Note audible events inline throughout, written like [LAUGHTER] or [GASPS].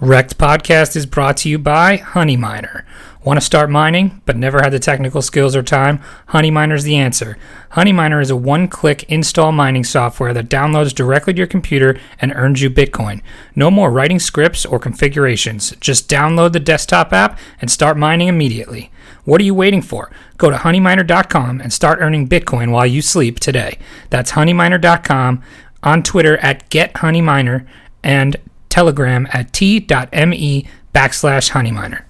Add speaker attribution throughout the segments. Speaker 1: Wrecked Podcast is brought to you by Honey Miner. Want to start mining, but never had the technical skills or time? Honey Miner's the answer. Honey Miner is a one click install mining software that downloads directly to your computer and earns you Bitcoin. No more writing scripts or configurations. Just download the desktop app and start mining immediately. What are you waiting for? Go to honeyminer.com and start earning Bitcoin while you sleep today. That's honeyminer.com, on Twitter at GetHoneyMiner, and Telegram at t.me backslash honeyminer.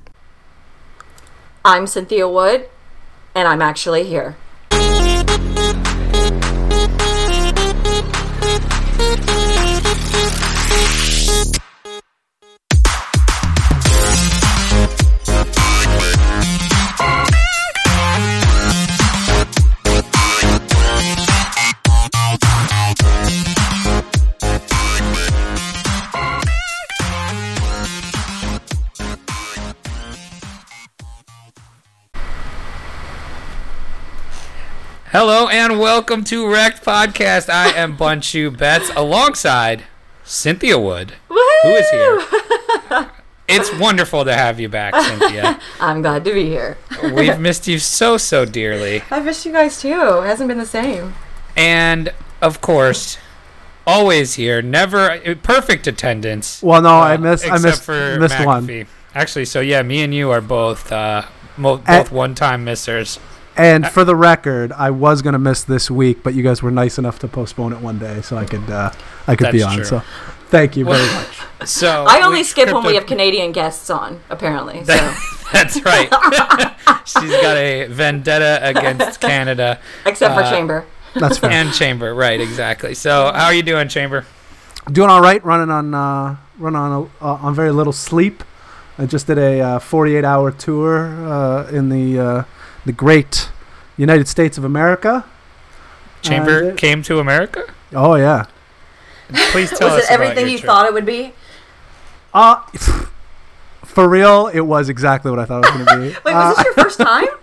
Speaker 2: I'm Cynthia Wood, and I'm actually here.
Speaker 1: Hello and welcome to Wrecked Podcast. I [LAUGHS] am Bunchu Betts alongside Cynthia Wood, who is here. It's wonderful to have you back, Cynthia.
Speaker 2: I'm glad to be here.
Speaker 1: We've missed you so, so dearly.
Speaker 2: I've missed you guys too. It hasn't been the same.
Speaker 1: And of course, always here, never perfect attendance.
Speaker 3: Well, no, Oh, I missed. I
Speaker 1: Uh, except
Speaker 3: missed.
Speaker 1: for
Speaker 3: missed one.
Speaker 1: McAfee. Actually, so yeah, me and you are both uh, mo- both
Speaker 3: At-
Speaker 1: one-time missers.
Speaker 3: And for the record, I was gonna miss this week, but you guys were nice enough to postpone it one day, so I could uh, I could be
Speaker 1: That's
Speaker 3: on.
Speaker 1: true.
Speaker 3: So, thank you very much.
Speaker 1: So
Speaker 2: [LAUGHS] I only
Speaker 1: we
Speaker 2: skip when
Speaker 1: tripped
Speaker 2: we
Speaker 1: up-
Speaker 2: have Canadian guests on, apparently. So
Speaker 1: That- [LAUGHS] That's right.
Speaker 2: [LAUGHS]
Speaker 1: She's got a vendetta against Canada
Speaker 2: except for
Speaker 1: uh,
Speaker 2: Chamber.
Speaker 1: [LAUGHS]
Speaker 3: That's fair.
Speaker 1: and Chamber. Right, exactly. So, how are you doing, Chamber?
Speaker 3: Doing all right. Running on uh, running on a, uh, on very little sleep. I just did a uh, 48 hour tour uh, in the uh, the great United States of America.
Speaker 1: Chamber
Speaker 3: Uh,
Speaker 1: came to America.
Speaker 3: Oh yeah.
Speaker 1: Please tell us
Speaker 2: was it
Speaker 1: about
Speaker 2: everything
Speaker 1: your
Speaker 2: you
Speaker 1: trip.
Speaker 2: thought it would be?
Speaker 3: Uh, [LAUGHS] for real, it was exactly what I thought it was gonna be.
Speaker 2: [LAUGHS] Wait,
Speaker 3: Uh,
Speaker 2: was this your first time? Oh,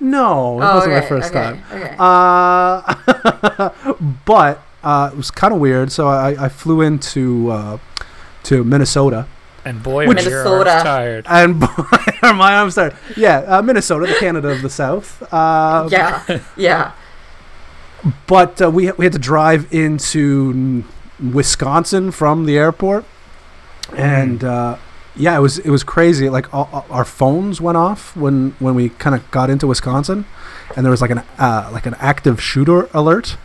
Speaker 3: no, it wasn't my first time.
Speaker 2: Okay.
Speaker 3: Uh, [LAUGHS] but uh, it was kind of weird. So I, I flew into uh, to Minnesota
Speaker 1: And boy,
Speaker 2: Which-
Speaker 1: are your arms
Speaker 2: Minnesota.
Speaker 1: tired.
Speaker 3: and [LAUGHS] my arms started. Yeah, uh, Minnesota, the Canada of the South.
Speaker 1: Um,
Speaker 3: Uh,
Speaker 2: yeah,
Speaker 1: [LAUGHS]
Speaker 2: yeah.
Speaker 3: But uh, we we had to drive into Wisconsin from the airport, and uh, yeah, it was it was crazy. Like all, all- our phones went off when when we kind of got into Wisconsin, and there was like an uh, like an active shooter alert.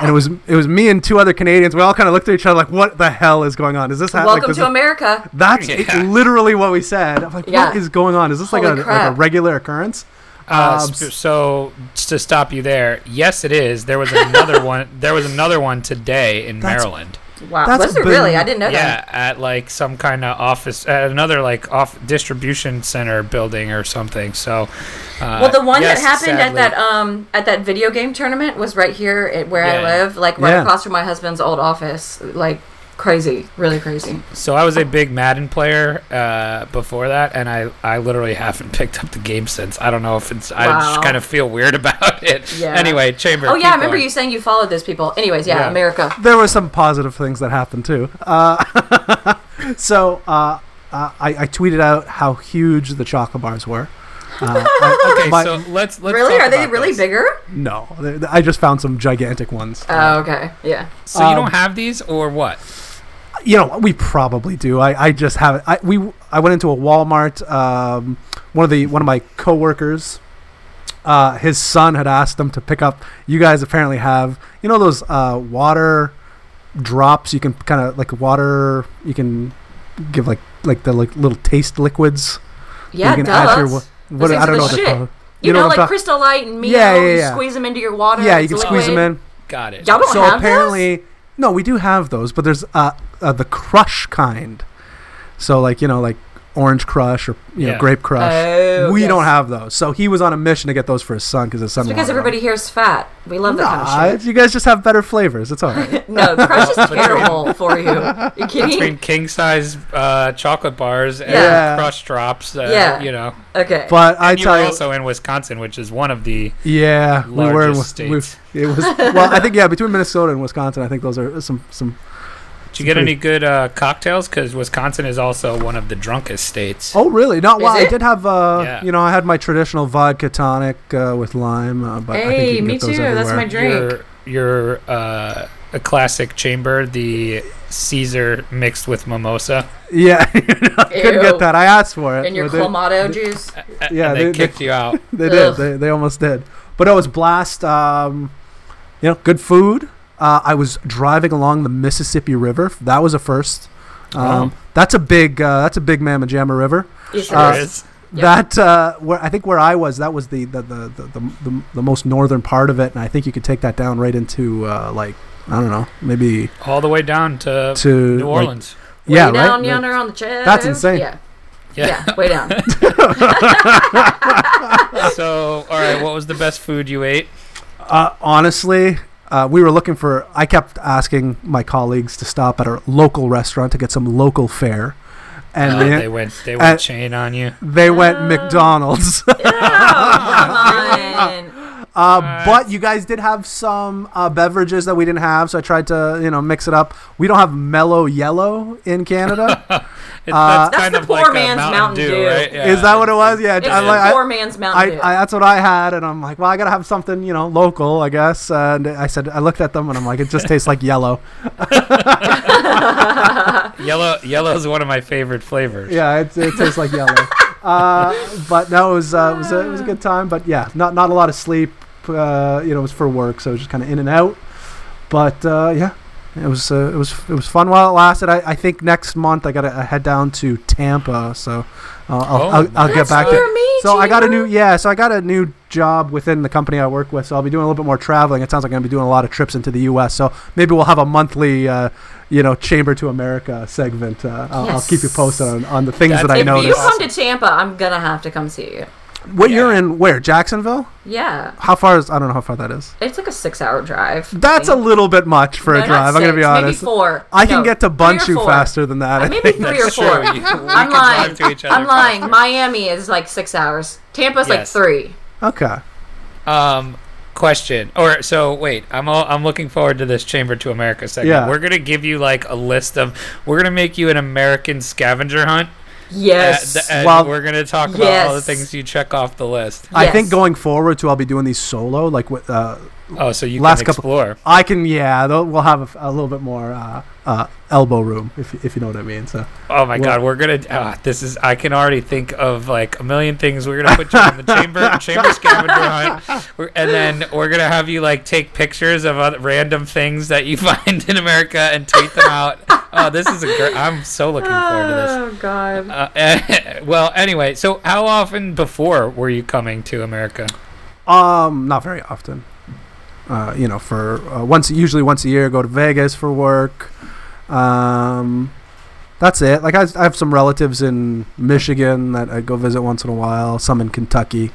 Speaker 3: And it was it was me and two other Canadians. We all kind of looked at each other like, "What the hell is going on? Is this ha- like,
Speaker 2: Welcome
Speaker 3: does
Speaker 2: to
Speaker 3: it-
Speaker 2: America.
Speaker 3: That's
Speaker 1: Yeah.
Speaker 3: literally what we said. I'm like,
Speaker 2: Yeah.
Speaker 3: what is going on? Is this like a,
Speaker 2: Holy
Speaker 3: like a
Speaker 2: crap.
Speaker 3: regular occurrence?
Speaker 1: Uh,
Speaker 3: Um,
Speaker 1: sp- so to stop you there, yes, it is. There was
Speaker 2: [LAUGHS]
Speaker 1: another one. There was another one today in
Speaker 3: That's-
Speaker 1: Maryland.
Speaker 2: Wow,
Speaker 3: That's
Speaker 2: was it really?
Speaker 3: been-
Speaker 2: I didn't know that.
Speaker 1: Yeah, at like some kind of office, at another like off distribution center building or something. So, uh,
Speaker 2: Well, the one
Speaker 1: yes,
Speaker 2: that happened
Speaker 1: sadly.
Speaker 2: at that um at that video game tournament was right here at where
Speaker 1: Yeah.
Speaker 2: I live, like right
Speaker 3: Yeah.
Speaker 2: across from my husband's old office. Like crazy, really crazy.
Speaker 1: So I was a big Madden player uh, before that, and I, I literally haven't [LAUGHS] picked up the game since. I don't know if it's. I just
Speaker 2: Wow.
Speaker 1: kind of feel weird [LAUGHS] about it.
Speaker 2: Yeah.
Speaker 1: Anyway, chamber.
Speaker 2: Oh yeah,
Speaker 1: keep
Speaker 2: I remember
Speaker 1: going.
Speaker 2: you saying you followed those people. Anyways, yeah,
Speaker 1: Yeah.
Speaker 2: America.
Speaker 3: There were some positive things that happened too. Uh, [LAUGHS] so uh, uh, I, I tweeted out how huge the chocolate bars were. Uh,
Speaker 2: [LAUGHS]
Speaker 3: I-
Speaker 1: [LAUGHS] Okay,
Speaker 3: my-
Speaker 1: so let's let's.
Speaker 2: really?
Speaker 1: talk
Speaker 2: Are they
Speaker 1: about
Speaker 2: really
Speaker 1: this.
Speaker 2: bigger?
Speaker 3: no, th- th- I just found some gigantic ones.
Speaker 2: Oh, okay. Yeah.
Speaker 1: So you don't
Speaker 3: Um,
Speaker 1: have these or what?
Speaker 3: you know we probably do i, I just haven't i we i went into a walmart um, one of the one of my coworkers uh, his son had asked him to pick up you guys apparently have you know those uh, water drops you can kind of like water you can give like like the like little taste liquids
Speaker 2: Yeah,
Speaker 3: you can
Speaker 2: duh.
Speaker 3: wa- what
Speaker 2: things
Speaker 3: i
Speaker 2: are
Speaker 3: don't
Speaker 2: the
Speaker 3: know what they're
Speaker 2: shit.
Speaker 3: called
Speaker 2: you, know,
Speaker 3: what I'm
Speaker 2: like
Speaker 3: talk-
Speaker 2: Crystal Light and Mio,
Speaker 3: Yeah, yeah, yeah.
Speaker 2: you squeeze them into your water.
Speaker 3: yeah
Speaker 2: and
Speaker 3: you can
Speaker 2: it's
Speaker 3: squeeze them
Speaker 2: liquid.
Speaker 3: in
Speaker 1: Got it.
Speaker 2: Y'all don't
Speaker 3: so
Speaker 2: have
Speaker 3: apparently no we do have those but there's uh, uh the crush kind so like you know like orange crush or you
Speaker 1: Yeah.
Speaker 3: know grape crush
Speaker 2: Oh,
Speaker 3: we
Speaker 2: yes.
Speaker 3: don't have those so he was on a mission to get those for his son because his son
Speaker 2: It's because
Speaker 3: wanted
Speaker 2: everybody here is fat. We love
Speaker 3: them.
Speaker 2: that
Speaker 3: Nah,
Speaker 2: kind of shit.
Speaker 3: you guys just have better flavors it's all
Speaker 2: [LAUGHS]
Speaker 3: right
Speaker 2: No,
Speaker 3: [LAUGHS]
Speaker 2: crush is
Speaker 1: Between-
Speaker 2: terrible for you. you
Speaker 1: between
Speaker 2: kidding?
Speaker 1: king size uh, chocolate bars and
Speaker 2: Yeah.
Speaker 1: crush drops. Uh,
Speaker 2: Yeah.
Speaker 1: you know.
Speaker 2: Okay.
Speaker 3: but i
Speaker 1: And you were
Speaker 3: tell you
Speaker 1: also in Wisconsin, which is one of the
Speaker 3: yeah we were in,
Speaker 1: largest
Speaker 3: we-
Speaker 1: states.
Speaker 3: it was well i think yeah between minnesota and wisconsin i think those are some some
Speaker 1: Did you get any good uh, cocktails? Because Wisconsin is also one of the drunkest states.
Speaker 3: Oh, really? Not
Speaker 4: Is
Speaker 3: well. I
Speaker 4: it?
Speaker 3: did have, uh,
Speaker 1: Yeah.
Speaker 3: you know, I had my traditional vodka tonic uh, with lime. Uh, but I think you
Speaker 2: Hey,
Speaker 3: can
Speaker 2: me
Speaker 3: get
Speaker 2: too.
Speaker 3: those
Speaker 2: That's my
Speaker 3: everywhere.
Speaker 2: drink.
Speaker 1: Your your uh, a classic chamber, the Caesar mixed with mimosa,
Speaker 3: Yeah, [LAUGHS] couldn't get
Speaker 2: Ew.
Speaker 3: that. I asked for it.
Speaker 2: And your
Speaker 3: but they-
Speaker 2: clamato juice.
Speaker 1: A-
Speaker 3: Yeah,
Speaker 1: and they,
Speaker 3: they- they-
Speaker 1: kicked you out.
Speaker 3: [LAUGHS] They did.
Speaker 2: Ugh.
Speaker 3: They, they almost did. But it was blast. Um, you know, good food. Uh, I was driving along the Mississippi River. That was a first.
Speaker 1: Wow.
Speaker 3: Um, That's a big. Uh, that's a big Mamma Jamma River.
Speaker 4: Yes, it
Speaker 3: Uh,
Speaker 4: is.
Speaker 1: Chris?
Speaker 3: That uh, where I think where I was, that was the the the, the, the, the the most northern part of it, and I think you could take that down right into uh, like I don't know, maybe
Speaker 1: all the way down to,
Speaker 3: to
Speaker 1: New
Speaker 3: like-
Speaker 1: Orleans.
Speaker 3: yeah,
Speaker 2: Way
Speaker 3: right.
Speaker 2: down
Speaker 3: Like,
Speaker 2: yonder on the chest.
Speaker 3: That's insane.
Speaker 2: Yeah.
Speaker 1: yeah.
Speaker 2: Yeah. Way down. Oh,
Speaker 1: so, all right, what was the best food you ate?
Speaker 3: Uh, honestly, uh, we were looking for. I kept asking my colleagues to stop at a local restaurant to get some local fare, and
Speaker 1: Uh, [LAUGHS]
Speaker 3: they,
Speaker 1: they went they went
Speaker 3: uh,
Speaker 1: chain on you.
Speaker 3: they went
Speaker 2: Uh.
Speaker 3: McDonald's. [LAUGHS]
Speaker 4: Come on.
Speaker 3: uh, but you guys did have some uh, beverages that we didn't have, so I tried to you know mix it up. We don't have mellow yellow in Canada.
Speaker 1: It,
Speaker 3: Uh,
Speaker 1: that's
Speaker 4: That's
Speaker 1: kind
Speaker 4: the
Speaker 1: of
Speaker 4: poor
Speaker 1: like
Speaker 4: man's
Speaker 1: a Mountain,
Speaker 4: Mountain
Speaker 1: Dew,
Speaker 4: Dew.
Speaker 1: right? Yeah.
Speaker 3: Is that what it was? Yeah,
Speaker 4: It's
Speaker 3: I,
Speaker 1: the
Speaker 3: like, I-
Speaker 4: poor man's
Speaker 2: Oh,
Speaker 4: Mountain
Speaker 3: I,
Speaker 4: Dew.
Speaker 3: I that's what I had, and I'm like, well, I gotta have something, you know, local, I guess. And I said, I looked at them, and I'm like, it just tastes like yellow. [LAUGHS]
Speaker 1: Yellow yellow is one of my favorite flavors.
Speaker 3: Yeah, it, it tastes like yellow. Uh, but no, it was uh, it was a, it was a good time. But yeah, not not a lot of sleep. Uh, you know, it was for work, so it was just kind of in and out. But uh, yeah, it was uh, it was it was fun while it lasted. I, I think next month I gotta uh, head down to Tampa, so uh, I'll,
Speaker 1: Oh,
Speaker 3: I'll, I'll get
Speaker 1: that's
Speaker 3: back to.
Speaker 2: near me,
Speaker 3: So I got a
Speaker 2: Gina.
Speaker 3: new yeah, so I got a new job within the company I work with. So I'll be doing a little bit more traveling. It sounds like I'm gonna be doing a lot of trips into the U.S. So maybe we'll have a monthly. Uh, you know, Chamber to America segment. Uh, I'll, I'll keep you
Speaker 2: Yes.
Speaker 3: posted on, on the things
Speaker 1: That's
Speaker 3: that I
Speaker 2: if you
Speaker 3: noticed.
Speaker 2: come to Tampa, I'm gonna have to come see you.
Speaker 3: What you're
Speaker 1: Yeah.
Speaker 3: in? Where? Jacksonville?
Speaker 2: Yeah.
Speaker 3: How far is? I don't know how far that is.
Speaker 2: It's like a six-hour drive. I
Speaker 3: That's a
Speaker 2: think.
Speaker 3: little bit much for
Speaker 2: No,
Speaker 3: a
Speaker 2: not
Speaker 3: drive. I'm gonna be
Speaker 2: six,
Speaker 3: honest.
Speaker 2: Maybe four.
Speaker 3: I can
Speaker 2: No,
Speaker 3: get to
Speaker 2: three or
Speaker 3: Bunchu
Speaker 2: four.
Speaker 3: faster than that. I
Speaker 2: Maybe
Speaker 3: think.
Speaker 2: three or
Speaker 1: That's true.
Speaker 2: four.
Speaker 1: You- we
Speaker 2: I'm
Speaker 1: could
Speaker 2: lying.
Speaker 1: drive to each other
Speaker 2: I'm lying.
Speaker 1: faster.
Speaker 2: Miami is like six hours. Tampa's like
Speaker 1: Yes.
Speaker 2: three.
Speaker 3: Okay.
Speaker 1: Um, question. Or so wait. I'm all, I'm looking forward to this Chamber to America segment.
Speaker 3: Yeah.
Speaker 1: We're gonna give you like a list of. We're gonna make you an American scavenger hunt.
Speaker 2: Yes.
Speaker 1: And, and
Speaker 3: Well-
Speaker 1: we're gonna talk about all the
Speaker 2: Yes.
Speaker 1: things you check off the list.
Speaker 3: I
Speaker 2: Yes.
Speaker 3: think going forward too, I'll be doing these solo. Like with, uh,
Speaker 1: Oh, so you
Speaker 3: Last
Speaker 1: can
Speaker 3: couple-
Speaker 1: explore.
Speaker 3: I can. Yeah, tho- we'll have a f- a, little bit more uh, uh, elbow room if you- if you know what I mean. So
Speaker 1: Oh my
Speaker 3: Well-
Speaker 1: god, we're gonna. ah, this is. I can already think of like a million things. We're gonna put you in the chamber, chamber scavenger hunt, We're- and then we're gonna have you like take pictures of other random things that you [LAUGHS] find in America and tweet them out. Oh, this is a great. I'm so looking forward to this.
Speaker 2: Oh [LAUGHS] God.
Speaker 1: Uh, [LAUGHS] well, anyway, so how often before were you coming to America?
Speaker 3: Um, not very often. Uh, you know, for uh, once usually once a year, go to Vegas for work. Um, that's it. Like I, I have some relatives in Michigan that I go visit once in a while. Some in Kentucky,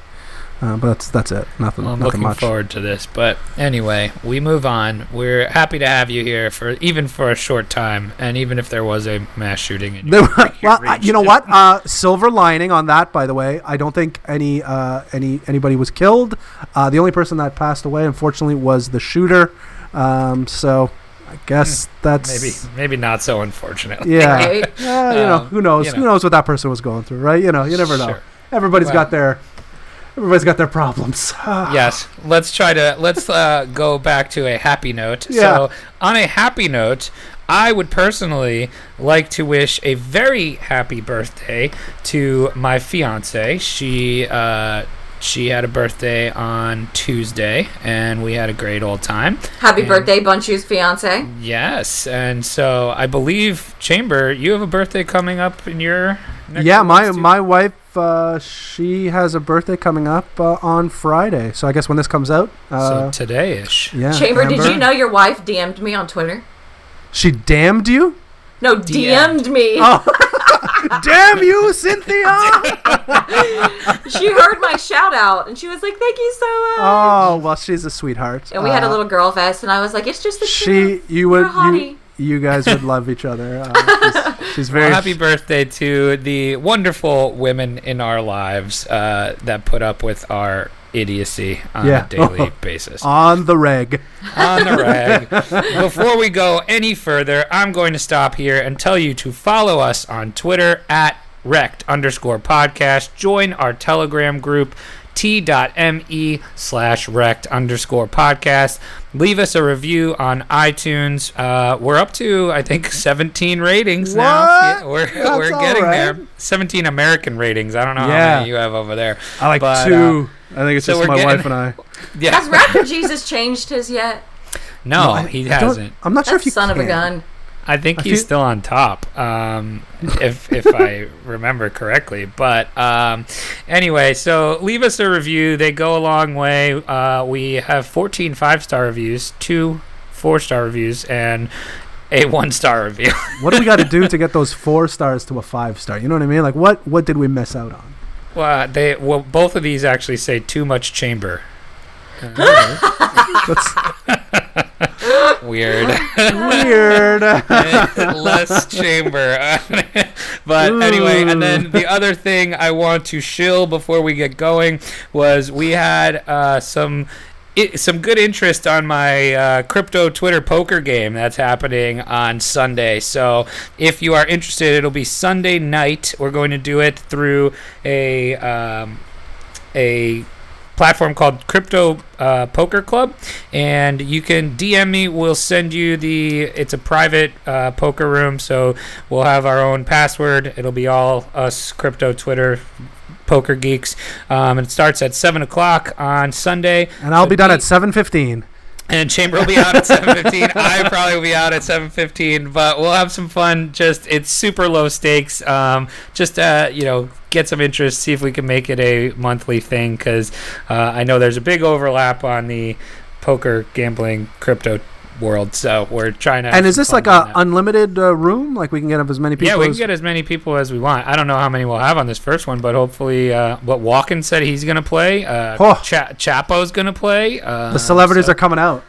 Speaker 3: uh, but that's that's it. Nothing,
Speaker 1: Well, I'm
Speaker 3: nothing
Speaker 1: looking
Speaker 3: much.
Speaker 1: forward to this. But anyway, we move on. We're happy to have you here for even for a short time, and even if there was a mass shooting. In
Speaker 3: There
Speaker 1: your,
Speaker 3: were-
Speaker 1: your
Speaker 3: well, I- you know
Speaker 1: region.
Speaker 3: what? Uh, silver lining on that, by the way. I don't think any uh, any anybody was killed. Uh, the only person that passed away, unfortunately, was the shooter. Um, so I guess that's
Speaker 1: Hmm, Maybe, maybe not so unfortunate.
Speaker 2: [LAUGHS]
Speaker 3: [LAUGHS] Yeah.
Speaker 2: Okay.
Speaker 3: Yeah, you know,
Speaker 1: Um,
Speaker 3: who knows?
Speaker 1: you
Speaker 3: Who
Speaker 1: know.
Speaker 3: knows what that person was going through, right? You know, you never know.
Speaker 1: Sure.
Speaker 3: Everybody's
Speaker 1: Well.
Speaker 3: got their everybody's got their problems. [SIGHS] yeah.
Speaker 1: Yes, let's try to let's uh, go back to a happy note.
Speaker 3: Yeah.
Speaker 1: So, on a happy note, I would personally like to wish a very happy birthday to my fiance. She uh, she had a birthday on Tuesday, and we had a great old time.
Speaker 2: Happy
Speaker 1: And-
Speaker 2: birthday, Bunchu's fiance.
Speaker 1: Yes, and so I believe Chamber, you have a birthday coming up in your next
Speaker 3: Yeah,
Speaker 1: few
Speaker 3: my
Speaker 1: months, too?
Speaker 3: my wife uh, she has a birthday coming up uh, on Friday. So I guess when this comes out, uh,
Speaker 1: so today ish.
Speaker 3: yeah.
Speaker 2: Chamber, did
Speaker 3: Amber.
Speaker 2: you know your wife DM'd me on Twitter?
Speaker 3: she damned you?
Speaker 2: No,
Speaker 1: DM'd.
Speaker 2: DM'd, me.
Speaker 3: [LAUGHS] Oh. [LAUGHS] Damn
Speaker 2: [LAUGHS]
Speaker 3: you, Cynthia!
Speaker 2: she heard my shout out and she was like, "Thank you so much."
Speaker 3: oh, well, she's a sweetheart.
Speaker 2: and we had a
Speaker 3: Uh,
Speaker 2: little girl fest, and I was like, "It's just the two
Speaker 3: She,
Speaker 2: of
Speaker 3: you
Speaker 2: You're
Speaker 3: would,
Speaker 2: a
Speaker 3: you,
Speaker 2: hottie.
Speaker 3: you guys would love each other.
Speaker 2: [LAUGHS]
Speaker 3: Uh, she's, she's very
Speaker 1: Well, happy birthday to the wonderful women in our lives uh, that put up with our idiocy on
Speaker 3: Yeah.
Speaker 1: a
Speaker 3: [LAUGHS]
Speaker 1: daily basis.
Speaker 3: on the reg.
Speaker 1: on the rag. Before we go any further, I'm going to stop here and tell you to follow us on Twitter at wrecked underscore podcast. Join our Telegram group t.me slash wrecked underscore podcast. Leave us a review on iTunes. Uh, we're up to, I think, 17 ratings now.
Speaker 3: What?
Speaker 1: Yeah, we're
Speaker 3: That's
Speaker 1: we're
Speaker 3: all
Speaker 1: getting
Speaker 3: right.
Speaker 1: there. 17 American ratings. I don't know how
Speaker 3: Yeah.
Speaker 1: many you have over there.
Speaker 3: I like
Speaker 1: But,
Speaker 3: two. I think it's
Speaker 1: so
Speaker 3: just
Speaker 1: we're
Speaker 3: my
Speaker 1: getting-
Speaker 3: wife
Speaker 2: [LAUGHS]
Speaker 3: and I.
Speaker 1: Yeah.
Speaker 5: Has Raptor Jesus changed his yet?
Speaker 1: No,
Speaker 3: I-
Speaker 1: he
Speaker 3: I don't-
Speaker 1: hasn't.
Speaker 3: I'm not sure
Speaker 2: That's
Speaker 3: if you
Speaker 2: son
Speaker 3: can.
Speaker 2: of a gun.
Speaker 1: I think
Speaker 3: I
Speaker 1: he's
Speaker 3: feel-
Speaker 1: still on top, um, if if
Speaker 3: [LAUGHS]
Speaker 1: I remember correctly. But um, anyway, so leave us a review. They go a long way. Uh, we have 14 five star reviews, two four star reviews, and a one star review. [LAUGHS]
Speaker 3: What do we got to
Speaker 2: [LAUGHS]
Speaker 3: do to get those four stars to a five star? You know what I mean? Like what what did we miss out on?
Speaker 1: well, they well, both of these actually say too much chamber.
Speaker 3: That's
Speaker 1: [LAUGHS] Weird.
Speaker 2: [LAUGHS]
Speaker 3: weird.
Speaker 1: less chamber. [LAUGHS] but anyway, and then the other thing I want to shill before we get going was we had uh, some. i some good interest on my uh, crypto Twitter poker game that's happening on Sunday. So if you are interested, it'll be Sunday night. We're going to do it through a um, a platform called Crypto uh, Poker Club, and you can DM me. We'll send you the. It's a private uh, poker room, so we'll have our own password. It'll be all us crypto Twitter poker geeks. Um, and it starts at seven o'clock on Sunday.
Speaker 3: And I'll be done at
Speaker 1: Beat.
Speaker 3: 7:15.
Speaker 1: And Chamber will be out at
Speaker 3: [LAUGHS]
Speaker 1: 7:15. I probably will be out at 7:15, but we'll have some fun. Just it's super low stakes. Um, just uh, you know, get some interest. See if we can make it a monthly thing because uh, I know there's a big overlap on the poker gambling crypto world. So we're trying to. have
Speaker 3: And is
Speaker 1: some
Speaker 3: this
Speaker 1: fun
Speaker 3: like
Speaker 1: doing
Speaker 3: a
Speaker 1: that.
Speaker 3: unlimited uh, room? Like we can get up as many people
Speaker 1: yeah, we can
Speaker 3: as
Speaker 1: get as many people as we want. I don't know how many we'll have on this first one, but hopefully, uh, what Walken said he's going to play, uh,
Speaker 3: Oh.
Speaker 1: Cha- Chapo's going to play. Uh,
Speaker 3: the celebrities
Speaker 1: so-
Speaker 3: are coming out.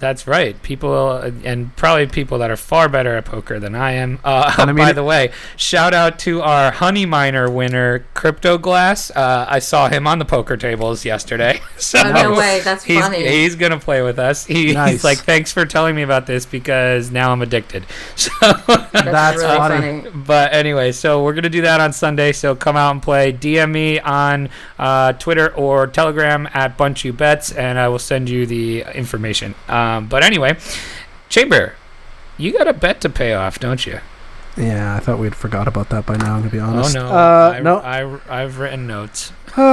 Speaker 1: that's right. People uh, and probably people that are far better at poker than I am. Uh, [LAUGHS]
Speaker 3: And I mean-
Speaker 1: by the way, shout out to our honey miner winner, Crypto Glass. Uh, I saw him on the poker tables yesterday. [LAUGHS]
Speaker 2: [LAUGHS]
Speaker 1: So
Speaker 2: Oh, no way. That's
Speaker 1: he's,
Speaker 2: funny.
Speaker 1: He's gonna play with us. He, He's
Speaker 3: Nice.
Speaker 1: like, thanks for telling me about this because now I'm addicted. So,
Speaker 3: That's
Speaker 2: really
Speaker 3: funny.
Speaker 1: but anyway, so we're gonna do that on Sunday. So come out and play. DM me on uh, Twitter or Telegram at Bunch You Bets, and I will send you the information. Um, but anyway, Chamber, you got a bet to pay off, don't you?
Speaker 3: Yeah, I thought we'd forgot about that by now. To be honest.
Speaker 1: Oh no,
Speaker 3: Uh,
Speaker 1: I,
Speaker 3: no.
Speaker 1: I, have written notes.
Speaker 3: [SIGHS] Uh,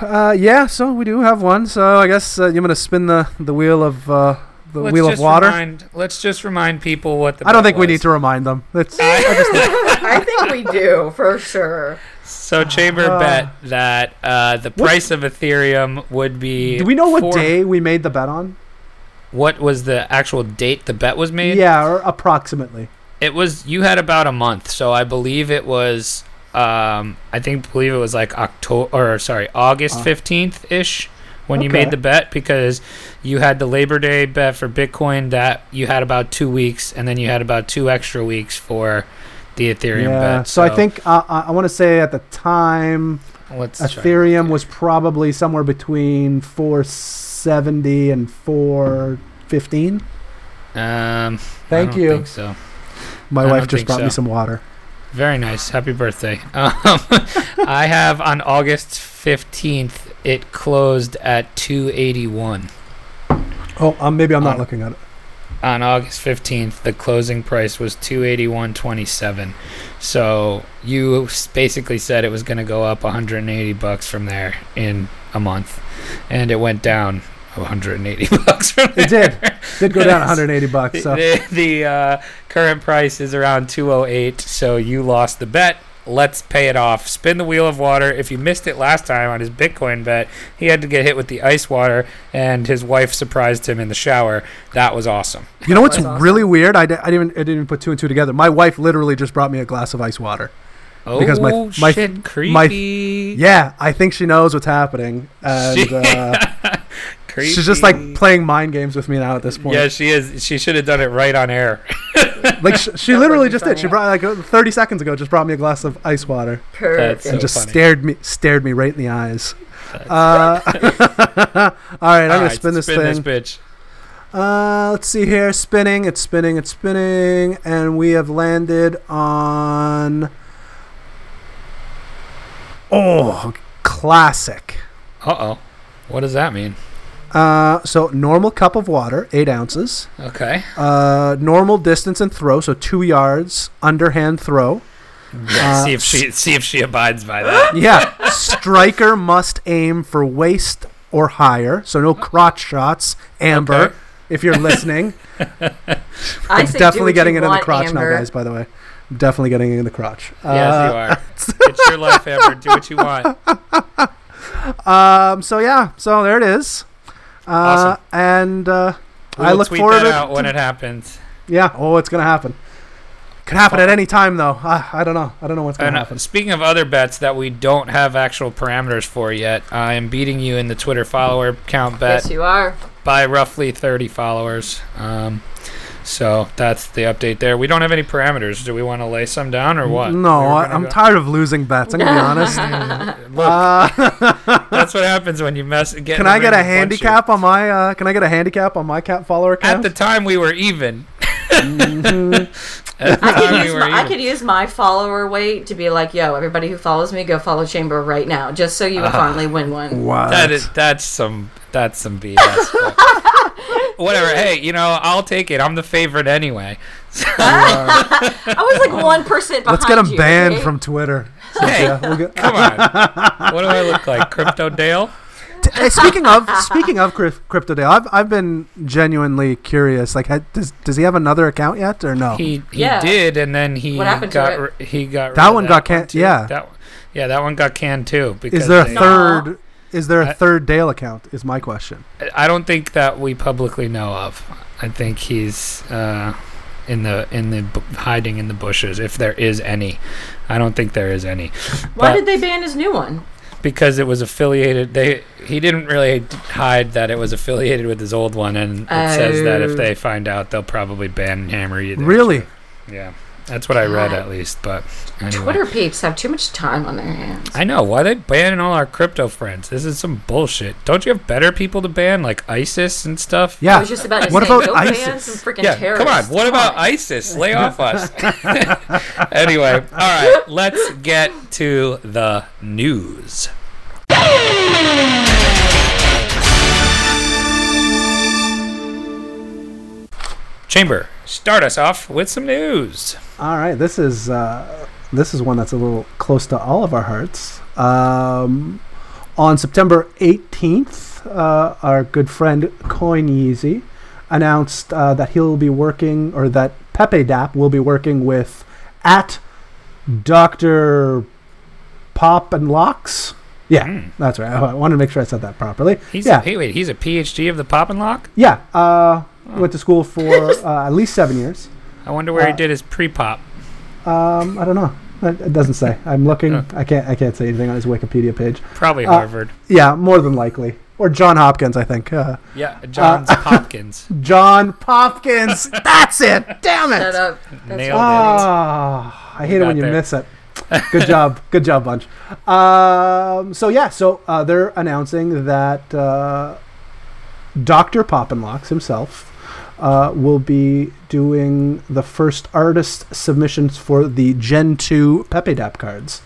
Speaker 3: uh, yeah. So we do have one. So I guess uh, you're gonna spin the the wheel of uh, the
Speaker 1: Let's
Speaker 3: wheel of
Speaker 1: just
Speaker 3: water.
Speaker 1: Remind, let's just remind people what the.
Speaker 3: I don't
Speaker 1: bet
Speaker 3: think we
Speaker 1: was.
Speaker 3: need to remind them.
Speaker 1: [LAUGHS]
Speaker 3: It's
Speaker 2: [LAUGHS] I think we do for sure.
Speaker 1: So Chamber
Speaker 3: Uh,
Speaker 1: bet that uh, the
Speaker 3: what-
Speaker 1: price of Ethereum would be.
Speaker 3: Do we know what
Speaker 1: four-
Speaker 3: day we made the bet on?
Speaker 1: What was the actual date the bet was made?
Speaker 3: Yeah, or approximately.
Speaker 1: It was you had about a month, so I believe it was um I think believe it was like October or sorry, August
Speaker 3: Uh.
Speaker 1: fifteenth ish when you
Speaker 3: Okay.
Speaker 1: made the bet because you had the Labor Day bet for Bitcoin that you had about two weeks and then you had about two extra weeks for the Ethereum
Speaker 3: yeah.
Speaker 1: bet.
Speaker 3: So, I think uh, I, I want to say at the time
Speaker 1: let's try-
Speaker 3: Ethereum was probably somewhere between 470 and 415.
Speaker 1: um
Speaker 3: Thank
Speaker 1: I don't
Speaker 3: you.
Speaker 1: think so.
Speaker 3: My
Speaker 1: I
Speaker 3: wife
Speaker 1: don't
Speaker 3: just
Speaker 1: think
Speaker 3: brought
Speaker 1: so.
Speaker 3: me some water.
Speaker 1: Very nice. Happy birthday. [LAUGHS] Um, I have on August 15th, it closed at 281.
Speaker 3: Oh, um, maybe I'm not
Speaker 1: Um,
Speaker 3: looking at it.
Speaker 1: on August 15th, the closing price was 281.27. So you s- basically said it was going to go up 180 bucks from there in a month, and it went down 180 [LAUGHS] bucks from there.
Speaker 3: It did.
Speaker 1: [LAUGHS]
Speaker 3: Did go down 180 bucks. So
Speaker 1: The, the uh, current price is around 208, so you lost the bet. Let's pay it off. Spin the wheel of water. If you missed it last time on his Bitcoin bet, he had to get hit with the ice water, and his wife surprised him in the shower. That was awesome.
Speaker 3: you know what's
Speaker 2: That's awesome.
Speaker 3: really weird? I, d- I didn't. Even, I didn't even put two and two together. My wife literally just brought me a glass of ice water.
Speaker 1: Oh
Speaker 3: Because my- my-
Speaker 1: shit, creepy.
Speaker 3: Yeah, I think she knows what's happening, and uh,
Speaker 1: [LAUGHS] creepy.
Speaker 3: she's just like playing mind games with me now at this point.
Speaker 1: Yeah, she is. She should have done it right on air.
Speaker 3: like she, she
Speaker 2: That
Speaker 3: literally
Speaker 2: would be
Speaker 3: just did. She
Speaker 2: funny.
Speaker 3: brought like uh, 30 seconds ago. Just brought me a glass of ice water
Speaker 2: Perfect.
Speaker 1: That's-
Speaker 3: and
Speaker 1: So
Speaker 3: just
Speaker 1: funny.
Speaker 3: stared me stared me right in the eyes. Uh, [LAUGHS] all right, I'm
Speaker 1: All
Speaker 3: gonna
Speaker 1: right,
Speaker 3: spin this
Speaker 1: spin
Speaker 3: thing.
Speaker 1: bitch.
Speaker 3: Uh, let's see here. Spinning, it's spinning, it's spinning, and we have landed on. Oh, classic.
Speaker 1: Uh oh. What does that mean?
Speaker 3: Uh, so normal cup of water, eight ounces.
Speaker 1: Okay.
Speaker 3: Uh, normal distance and throw, so two yards. Underhand throw. Uh,
Speaker 1: Yeah, see if she see if she abides by
Speaker 3: [GASPS]
Speaker 1: that.
Speaker 3: [LAUGHS] Yeah. Striker must aim for waist or higher, so no crotch shots. Amber,
Speaker 1: Okay.
Speaker 3: if you're listening,
Speaker 6: I
Speaker 3: I'm
Speaker 6: say do
Speaker 3: definitely
Speaker 6: what
Speaker 3: getting
Speaker 6: you
Speaker 3: it in the
Speaker 6: want,
Speaker 3: crotch
Speaker 6: Amber.
Speaker 3: now, guys. By the way, definitely getting it in the crotch. Uh,
Speaker 1: yes, you are. It's your life, Amber. Do what you
Speaker 3: [LAUGHS]
Speaker 1: want.
Speaker 3: Um, so yeah, so there it is. Uh,
Speaker 1: Awesome.
Speaker 3: And uh,
Speaker 1: We
Speaker 3: I
Speaker 1: will
Speaker 3: look
Speaker 1: tweet
Speaker 3: forward
Speaker 1: that
Speaker 3: to
Speaker 1: out when it happens.
Speaker 3: yeah. Oh, it's gonna happen. Could happen at any time though. Uh, I, I don't know. I don't know what's gonna
Speaker 1: And uh,
Speaker 3: happen.
Speaker 1: speaking of other bets that we don't have actual parameters for yet, I am beating you in the Twitter follower count bet
Speaker 6: Yes, you are.
Speaker 1: by roughly 30 followers. Um, so that's the update there. We don't have any parameters. Do we want to lay some down or what?
Speaker 3: No,
Speaker 1: We were
Speaker 3: I,
Speaker 1: gonna
Speaker 3: I'm
Speaker 1: go-
Speaker 3: tired of losing bets. I'm gonna be honest.
Speaker 1: [LAUGHS]
Speaker 2: [LAUGHS]
Speaker 1: Look,
Speaker 3: Uh,
Speaker 1: that's what happens when you mess. Get
Speaker 3: can I get a handicap on my? Uh, can I get a handicap on my cat follower
Speaker 1: At
Speaker 3: account?
Speaker 1: the time, we were even.
Speaker 2: [LAUGHS]
Speaker 1: [LAUGHS]
Speaker 3: [LAUGHS]
Speaker 1: At the
Speaker 2: I could,
Speaker 1: time, we
Speaker 2: use
Speaker 1: were
Speaker 2: my, I
Speaker 1: even.
Speaker 2: could use my follower weight to be like, yo, everybody who follows me, go follow Chamber right now, just so
Speaker 1: Ah.
Speaker 2: you would finally win one.
Speaker 3: wow.
Speaker 1: That is that's some that's some
Speaker 2: [LAUGHS]
Speaker 1: BS. but Whatever. Hey, you know, I'll take it. I'm the favorite anyway.
Speaker 3: [LAUGHS]
Speaker 2: [LAUGHS]
Speaker 6: I was like one percent behind
Speaker 3: Let's get him
Speaker 6: you,
Speaker 3: banned
Speaker 6: okay?
Speaker 3: from Twitter.
Speaker 1: Hey,
Speaker 3: Yeah, we'll get-
Speaker 1: come
Speaker 3: [LAUGHS]
Speaker 1: on. What do I look like, Crypto Dale?
Speaker 3: T- uh, speaking of speaking of cryp- crypto Dale, I've I've been genuinely curious. Like, ha- does does he have another account yet or no?
Speaker 1: He he
Speaker 2: Yeah.
Speaker 1: did, and then he
Speaker 2: What happened to
Speaker 1: got
Speaker 2: it?
Speaker 1: ri- he got
Speaker 3: That
Speaker 1: rid of
Speaker 3: one got can-
Speaker 1: too.
Speaker 3: yeah.
Speaker 1: That one- yeah, that one got canned too. Because
Speaker 3: Is there a
Speaker 1: they-
Speaker 3: third? Is there a
Speaker 1: I-
Speaker 3: third Dale account? Is my question.
Speaker 1: I don't think that we publicly know of. I think he's uh, in the in the bu- hiding in the bushes, if there is any. I don't think there is any.
Speaker 2: Why
Speaker 1: But-
Speaker 2: did they ban his new one?
Speaker 1: because it was affiliated they he didn't really hide that it was affiliated with his old one and it says that if
Speaker 2: Oh.
Speaker 1: they find out they'll probably ban hammer you there.
Speaker 3: Really?
Speaker 1: yeah that's what i read
Speaker 2: God.
Speaker 1: at least but anyway
Speaker 2: Twitter peeps have too much time on their hands.
Speaker 1: i know why they banning all our crypto friends this is some bullshit don't you have better people to ban like isis and stuff
Speaker 2: I
Speaker 3: Yeah.
Speaker 2: was just about to
Speaker 3: What
Speaker 2: say,
Speaker 3: about
Speaker 2: go ban
Speaker 3: ISIS?
Speaker 2: some freaking
Speaker 1: yeah,
Speaker 2: terrorists.
Speaker 1: come on. What about ISIS?
Speaker 3: [LAUGHS]
Speaker 1: Lay off us. [LAUGHS] anyway, all right, let's get to the news. Chamber, start us off with some news.
Speaker 3: All right. This is uh, this is one that's a little close to all of our hearts. Um, on September 18th, uh, our good friend Coin Yeezy announced uh, that he'll be working, or that Pepe Dap will be working with at Doctor Pop and Locks. Yeah,
Speaker 1: Mm.
Speaker 3: that's right. I, I want to make sure I said that properly.
Speaker 1: He's
Speaker 3: yeah,
Speaker 1: hey wait, he's a PhD of the pop and lock.
Speaker 3: Yeah, uh, went to school for uh, at least seven years.
Speaker 1: I wonder where he
Speaker 3: Uh,
Speaker 1: did his pre-pop.
Speaker 3: Um, I don't know. It it doesn't say. I'm looking.
Speaker 1: Yeah.
Speaker 3: I can't. I can't say anything on his Wikipedia page.
Speaker 1: Probably
Speaker 3: uh,
Speaker 1: Harvard.
Speaker 3: Yeah, more than likely, or John Hopkins. I think. Uh, [LAUGHS]
Speaker 1: Yeah, Johns Hopkins.
Speaker 3: John Popkins. That's it. Damn
Speaker 2: Shut
Speaker 3: it.
Speaker 2: up.
Speaker 1: Nailed it.
Speaker 3: Ah, I hate it
Speaker 1: got
Speaker 3: when you
Speaker 1: there. [LAUGHS]
Speaker 3: miss it. Good job. Good job, bunch. Um, so yeah, so uh, they're announcing that uh, Doctor Poppenlocks himself uh, will be doing the first artist submissions for the Gen Two Pepe Dap cards.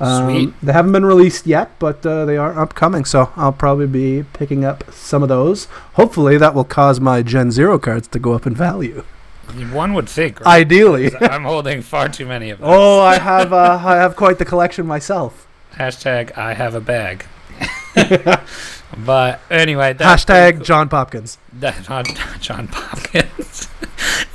Speaker 3: Um,
Speaker 1: Sweet.
Speaker 3: They haven't been released yet, but uh, they are upcoming, so I'll probably be picking up some of those. Hopefully, that will cause my Gen Zero cards to go up in value.
Speaker 1: One would think. Right? [LAUGHS]
Speaker 3: Ideally.
Speaker 1: 'Cause I'm holding far too many of them.
Speaker 3: Oh, I have uh, I have quite the collection myself.
Speaker 1: Hashtag I have a
Speaker 3: [LAUGHS]
Speaker 1: bag. but anyway, [LAUGHS] that's pretty
Speaker 3: Hashtag
Speaker 1: cool.
Speaker 3: John Popkins.
Speaker 1: That- [LAUGHS] not not John Popkins.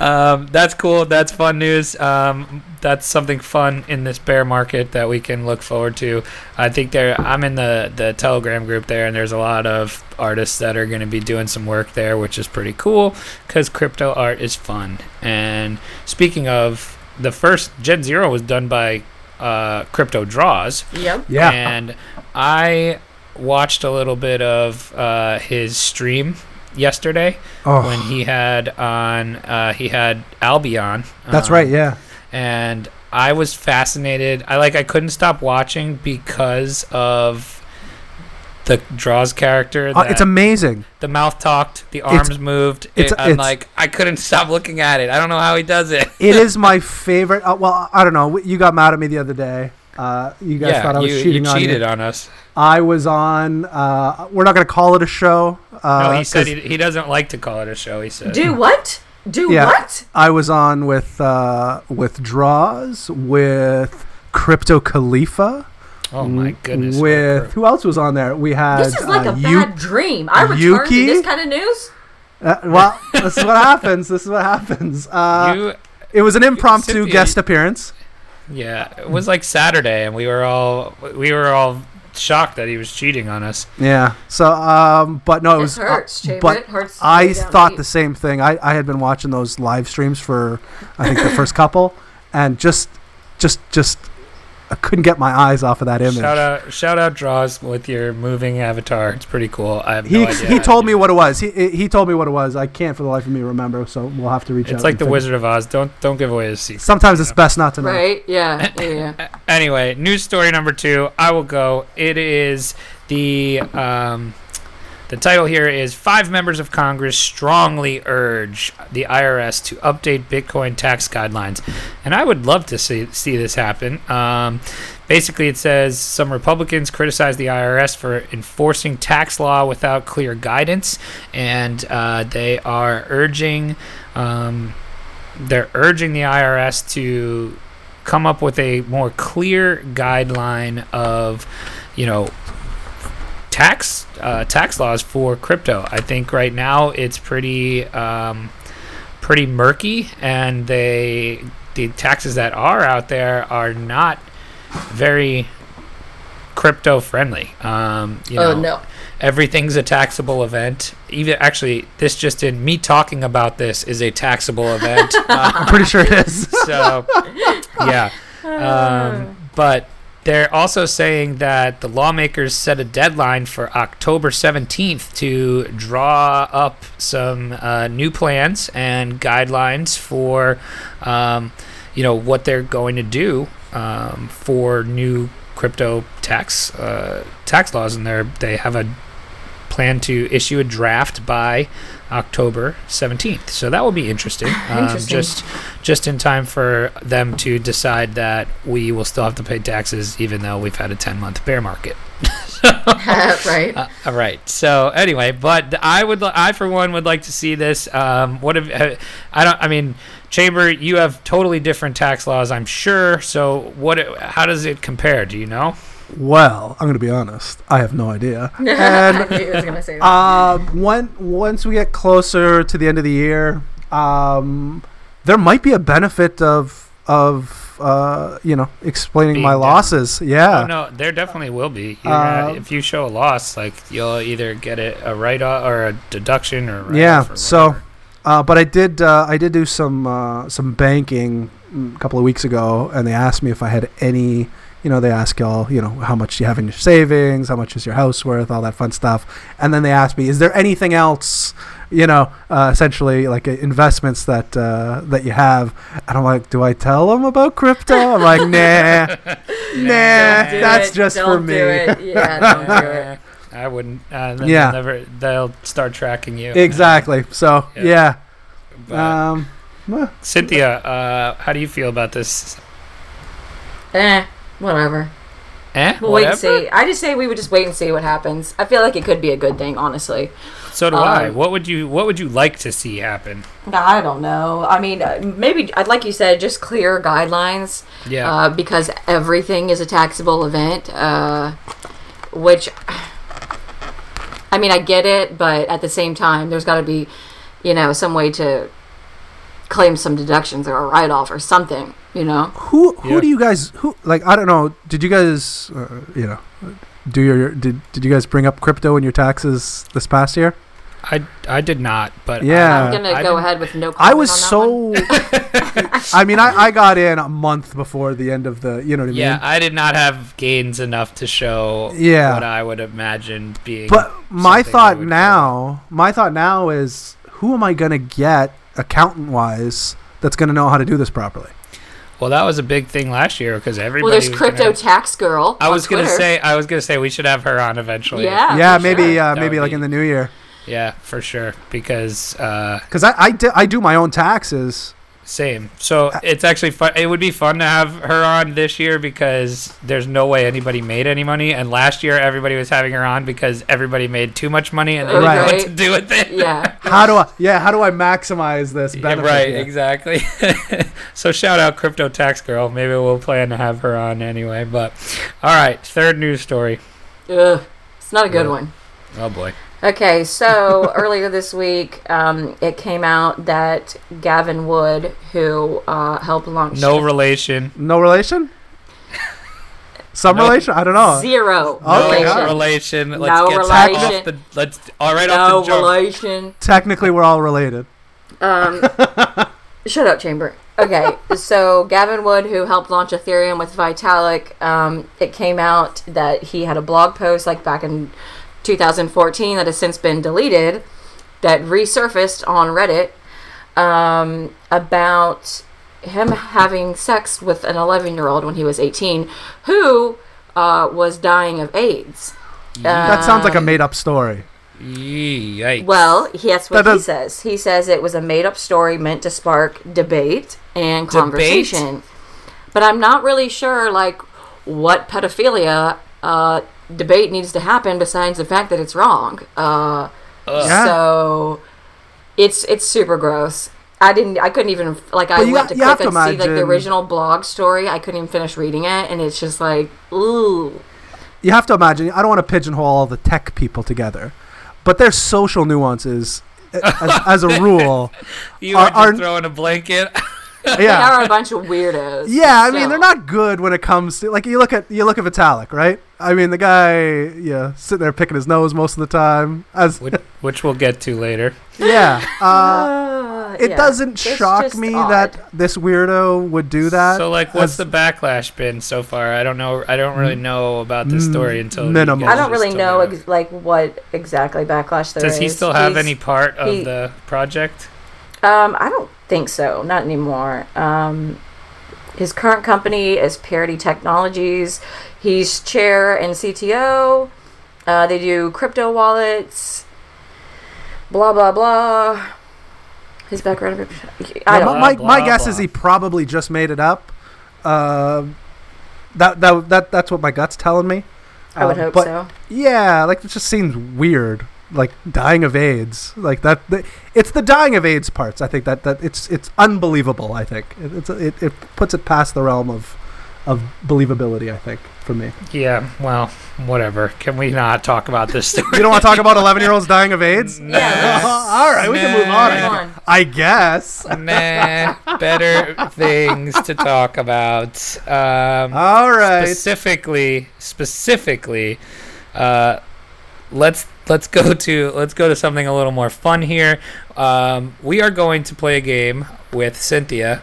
Speaker 1: [LAUGHS] um, that's cool. That's fun news. Um, that's something fun in this bear market that we can look forward to. I think there. I'm in the the Telegram group there, and there's a lot of artists that are going to be doing some work there, which is pretty cool because crypto art is fun. And speaking of the first Gen Zero was done by uh, Crypto Draws.
Speaker 2: Yep.
Speaker 1: And I watched a little bit of uh, his stream yesterday
Speaker 3: Oh,
Speaker 1: when he had on uh, he had Albion.
Speaker 3: that's
Speaker 1: um,
Speaker 3: right. Yeah.
Speaker 1: And I was fascinated. I like I couldn't stop watching because of the draws character.
Speaker 3: Uh, it's
Speaker 1: that
Speaker 3: amazing.
Speaker 1: the mouth talked, the
Speaker 3: It's-
Speaker 1: arms moved.
Speaker 3: it's-
Speaker 1: it, I'm
Speaker 3: it's-
Speaker 1: like, I couldn't stop looking at it. I don't know how he does it.
Speaker 3: It is my favorite. Uh, well, I don't know. You got mad at me the other day. Uh, you guys thought I was
Speaker 1: you,
Speaker 3: cheating
Speaker 1: you
Speaker 3: on
Speaker 1: cheated
Speaker 3: you.
Speaker 1: on us.
Speaker 3: I was on. Uh, we're not going to call it a show. Uh,
Speaker 1: no, he said
Speaker 3: 'cause
Speaker 1: he, he doesn't like to call it a show. He said,
Speaker 2: Do what? Do
Speaker 3: Yeah.
Speaker 2: what?
Speaker 3: I was on with uh, with draws with Crypto Khalifa.
Speaker 1: "Oh my goodness." what a
Speaker 3: With
Speaker 1: crook.
Speaker 3: who else was on there? We had
Speaker 2: This is like
Speaker 3: uh,
Speaker 2: a
Speaker 3: Yu-
Speaker 2: bad dream. I return to
Speaker 3: Yuki?
Speaker 2: this kind of news.
Speaker 3: uh, well, this is what happens. This is what happens. Uh,
Speaker 1: you,
Speaker 3: it was an impromptu
Speaker 1: Cynthia,
Speaker 3: guest appearance.
Speaker 1: yeah, it was like Saturday, and we were all we were all shocked that he was cheating on us.
Speaker 3: Yeah. So, um, but no, it was.
Speaker 2: it hurts, Chamber.
Speaker 3: but
Speaker 2: it hurts.
Speaker 3: I
Speaker 2: way down
Speaker 3: thought
Speaker 2: deep.
Speaker 3: the same thing. I, I had been watching those live streams for I think the first couple, and just just just I couldn't get my eyes off of that image.
Speaker 1: Shout out, shout out, draws with your moving avatar. It's pretty cool. I have
Speaker 3: He,
Speaker 1: no idea.
Speaker 3: he
Speaker 1: how
Speaker 3: told
Speaker 1: you
Speaker 3: me
Speaker 1: do
Speaker 3: what it was. He he told me what it was. I can't for the life of me remember. So we'll have to reach
Speaker 1: it.
Speaker 3: out.
Speaker 1: It's like
Speaker 3: and
Speaker 1: the
Speaker 3: figure-
Speaker 1: Wizard of Oz. Don't don't give away his secret.
Speaker 3: Sometimes it's best not to know.
Speaker 6: Right?
Speaker 3: [LAUGHS]
Speaker 6: Yeah. Yeah. yeah.
Speaker 1: Anyway, news story number two. I will go. It is the um, the title here is five members of Congress strongly urge the IRS to update Bitcoin tax guidelines, and I would love to see see this happen. Um, basically, it says some Republicans criticize the IRS for enforcing tax law without clear guidance, and uh, they are urging. Um, they're urging the IRS to come up with a more clear guideline of, you know, tax uh, tax laws for crypto. I think right now it's pretty um, pretty murky, and they the taxes that are out there are not very crypto friendly. Um, you
Speaker 2: oh
Speaker 1: know,
Speaker 2: no!
Speaker 1: everything's a taxable event. Even actually, this just in me talking about this is a taxable event.
Speaker 3: I'm [LAUGHS] pretty sure it is.
Speaker 1: [LAUGHS] so yeah um, but they're also saying that the lawmakers set a deadline for October 17th to draw up some uh, new plans and guidelines for, um, you know, what they're going to do um, for new crypto tax uh, tax laws, and they they have a plan to issue a draft by October 17th. So that will be interesting. Um,
Speaker 2: Interesting.
Speaker 1: Just just in time for them to decide that we will still have to pay taxes even though we've had a 10 month bear market.
Speaker 2: [LAUGHS] right? [LAUGHS]
Speaker 1: Uh, all right. So anyway, but I would, li- I for one would like to see this. Um, what if uh, I don't? I mean, Chamber, you have totally different tax laws, I'm sure. So what? uh, How does it compare? Do you know?
Speaker 3: Well, I'm going to be honest. I have no idea. [LAUGHS] And
Speaker 2: I knew he was gonna say that.
Speaker 3: Um, when, once we get closer to the end of the year, um, there might be a benefit of of uh, you know explaining
Speaker 1: Being
Speaker 3: my
Speaker 1: down.
Speaker 3: losses. Yeah,
Speaker 1: Oh, no, there definitely will be. You're gonna-
Speaker 3: Um,
Speaker 1: if you show a loss, like you'll either get a, a write off or a deduction or a
Speaker 3: Yeah,
Speaker 1: write-off or
Speaker 3: so-
Speaker 1: whatever.
Speaker 3: uh, but I did uh, I did do some uh, some banking mm, a couple of weeks ago, and they asked me if I had any. You know, they ask y'all, you know, how much do you have in your savings, how much is your house worth, all that fun stuff, and then they asked me, is there anything else, you know, uh, essentially like uh, investments that uh, that you have, and I'm like, do I tell them about crypto? I'm
Speaker 2: [LAUGHS]
Speaker 3: like, nah, nah,
Speaker 2: Don't do
Speaker 3: eh, that's
Speaker 2: it.
Speaker 3: just for
Speaker 2: Don't
Speaker 3: me.
Speaker 2: do it. Yeah, don't do it.
Speaker 3: [LAUGHS]
Speaker 1: Yeah, I wouldn't. Uh, then
Speaker 3: Yeah.
Speaker 1: they'll never. They'll start tracking you.
Speaker 3: Exactly. So
Speaker 1: Yeah.
Speaker 3: yeah,
Speaker 1: [LAUGHS] But
Speaker 3: um, eh,
Speaker 1: Cynthia, uh, how do you feel about this?
Speaker 2: Eh, whatever.
Speaker 1: Eh,
Speaker 2: We'll
Speaker 6: Wait
Speaker 1: whatever?
Speaker 6: and see. I just say we would just wait and see what happens. I feel like it could be a good thing, honestly.
Speaker 1: So do I.
Speaker 6: Um,
Speaker 1: What would you What would you like to see happen?
Speaker 6: I don't know. I mean, uh, maybe I'd like you said, just clear guidelines
Speaker 1: Yeah.
Speaker 6: uh, because everything is a taxable event. Uh, which, I mean, I get it, but at the same time, there's got to be, you know, some way to claim some deductions or a write off or something. You know,
Speaker 3: who who
Speaker 1: Yeah.
Speaker 3: do you guys who like I don't know did you guys uh, you know do your did, did you guys bring up crypto in your taxes this past year
Speaker 1: I I did not, but
Speaker 3: Yeah.
Speaker 1: I-
Speaker 6: I'm gonna
Speaker 1: I
Speaker 6: go
Speaker 1: didn't-
Speaker 6: ahead with no.
Speaker 3: I
Speaker 6: comment
Speaker 3: was
Speaker 6: on that one.
Speaker 3: so [LAUGHS] I mean I, I got in a month before the end of the you know what I
Speaker 1: Yeah, I did not have gains enough to show
Speaker 3: mean yeah
Speaker 1: what I would imagine being.
Speaker 3: but my
Speaker 1: something I
Speaker 3: thought
Speaker 1: would
Speaker 3: now my thought now is who am I gonna get accountant wise that's gonna know how to do this properly
Speaker 1: Well, that was a big thing last year because everybody.
Speaker 6: Well, there's
Speaker 1: was
Speaker 6: crypto
Speaker 1: gonna-
Speaker 6: tax girl.
Speaker 1: I
Speaker 6: on
Speaker 1: was gonna
Speaker 6: Twitter.
Speaker 1: say I was gonna say we should have her on eventually.
Speaker 6: Yeah.
Speaker 3: yeah,
Speaker 6: for
Speaker 3: maybe
Speaker 6: sure.
Speaker 3: uh,
Speaker 1: That
Speaker 3: maybe
Speaker 1: would
Speaker 3: like
Speaker 1: be-
Speaker 3: in the new year
Speaker 1: Yeah, for sure. Because uh,
Speaker 3: because I I do, I do my own taxes.
Speaker 1: same. So it's actually fun. It would be fun to have her on this year because there's no way anybody made any money, and last year everybody was having her on because everybody made too much money and they didn't know what
Speaker 6: Right.
Speaker 1: to do with [LAUGHS] it.
Speaker 6: Yeah.
Speaker 3: How do I yeah? How do I maximize this
Speaker 1: Yeah,
Speaker 3: benefit?
Speaker 1: right,
Speaker 3: here?
Speaker 1: exactly. [LAUGHS] so shout out Crypto Tax Girl. Maybe we'll plan to have her on anyway. But all right, third news story.
Speaker 6: Ugh. It's not a good one.
Speaker 1: Oh boy.
Speaker 2: Okay,
Speaker 1: [LAUGHS]
Speaker 2: so earlier this week, um, it came out that Gavin Wood, who uh, helped launch
Speaker 1: No relation.
Speaker 3: No relation. Some
Speaker 1: No.
Speaker 3: relation. I don't know.
Speaker 6: Zero.
Speaker 3: Oh, my
Speaker 1: no
Speaker 3: God.
Speaker 6: relation.
Speaker 1: relation. Let's
Speaker 6: No
Speaker 1: get
Speaker 6: relation.
Speaker 1: Off the, let's all right
Speaker 6: No
Speaker 1: off the jump.
Speaker 6: relation.
Speaker 3: Technically, we're all related.
Speaker 2: Um, shut up, Chamber. Okay, so Gavin Wood, who helped launch Ethereum with Vitalik, um, it came out that he had a blog post like back in 2014 that has since been deleted that resurfaced on Reddit um, about him having sex with an 11 year old when he was 18 who uh, was dying of AIDS.
Speaker 3: that sounds like a made-up story.
Speaker 1: Yee, Yikes.
Speaker 2: Well, yes, what
Speaker 3: That
Speaker 2: he
Speaker 3: does-
Speaker 2: says. He says it was a made up story meant to spark debate and conversation. But I'm not really sure, like, what pedophilia uh, debate needs to happen besides the fact that it's wrong. Uh,
Speaker 3: Yeah.
Speaker 2: So it's it's super gross. I didn't. I couldn't even like. I
Speaker 3: But you
Speaker 2: went
Speaker 3: got-
Speaker 2: to
Speaker 3: you
Speaker 2: click
Speaker 3: have
Speaker 2: and
Speaker 3: to
Speaker 2: see like the
Speaker 3: imagine-
Speaker 2: original blog story. I couldn't even finish reading it, and it's just like, ooh,
Speaker 3: you have to imagine. I don't want to pigeonhole all the tech people together, but their social nuances, as, as a
Speaker 2: [LAUGHS]
Speaker 3: rule,
Speaker 1: you
Speaker 3: our-
Speaker 1: are
Speaker 3: our-
Speaker 1: just throwing a blanket.
Speaker 2: they
Speaker 3: yeah,
Speaker 2: are a bunch of weirdos.
Speaker 3: [LAUGHS] yeah. I mean,
Speaker 2: So-
Speaker 3: they're not good when it comes to like you look at you look at Vitalik, right? I mean, the guy, yeah, sitting there picking his nose most of the time. As
Speaker 1: which, which we'll get to later.
Speaker 3: yeah,
Speaker 2: [LAUGHS]
Speaker 3: uh,
Speaker 2: Uh,
Speaker 3: it
Speaker 2: yeah.
Speaker 3: doesn't
Speaker 2: It's
Speaker 3: shock
Speaker 2: just
Speaker 3: me
Speaker 2: odd.
Speaker 3: that this weirdo would do that.
Speaker 1: So, like, what's
Speaker 3: as-
Speaker 1: the backlash been so far? I don't know. I don't really know about this
Speaker 3: Mm,
Speaker 1: story until you
Speaker 3: minimal.
Speaker 1: guys
Speaker 2: I don't
Speaker 1: just
Speaker 2: really
Speaker 1: told
Speaker 2: know
Speaker 1: me.
Speaker 2: ex- like what exactly backlash there is.
Speaker 1: Does he still have
Speaker 2: He's-
Speaker 1: any part of
Speaker 2: he-
Speaker 1: the project?
Speaker 2: Um, I don't think so. Not anymore. Um, his current company is Parity Technologies. He's chair and CTO. Uh, they do crypto wallets. Blah blah blah. His background. I
Speaker 3: Yeah,
Speaker 2: don't.
Speaker 3: my,
Speaker 1: know.
Speaker 3: my, my
Speaker 1: Blah,
Speaker 3: guess
Speaker 1: blah.
Speaker 3: is he probably just made it up. Uh, that, that that that's what my gut's telling me.
Speaker 2: I would
Speaker 3: Uh,
Speaker 2: hope
Speaker 3: but
Speaker 2: so.
Speaker 3: [LAUGHS] Yeah, like it just seems weird. Like dying of AIDS, like that. The, it's the dying of AIDS parts. I think that that it's it's unbelievable. I think it, it's it, it puts it past the realm of of believability. I think for me,
Speaker 1: Yeah. Well, whatever. Can we not talk about [LAUGHS] this story?
Speaker 3: you don't want to talk about eleven year olds dying of
Speaker 1: [LAUGHS]
Speaker 3: AIDS. [LAUGHS]
Speaker 1: Nah.
Speaker 2: Yeah,
Speaker 3: All right, we can move on.
Speaker 1: Nah.
Speaker 3: I- I guess.
Speaker 1: nah, better things to talk about. Um,
Speaker 3: All right.
Speaker 1: Specifically, specifically, uh, let's let's go to let's go to something a little more fun here. Um, we are going to play a game with Cynthia.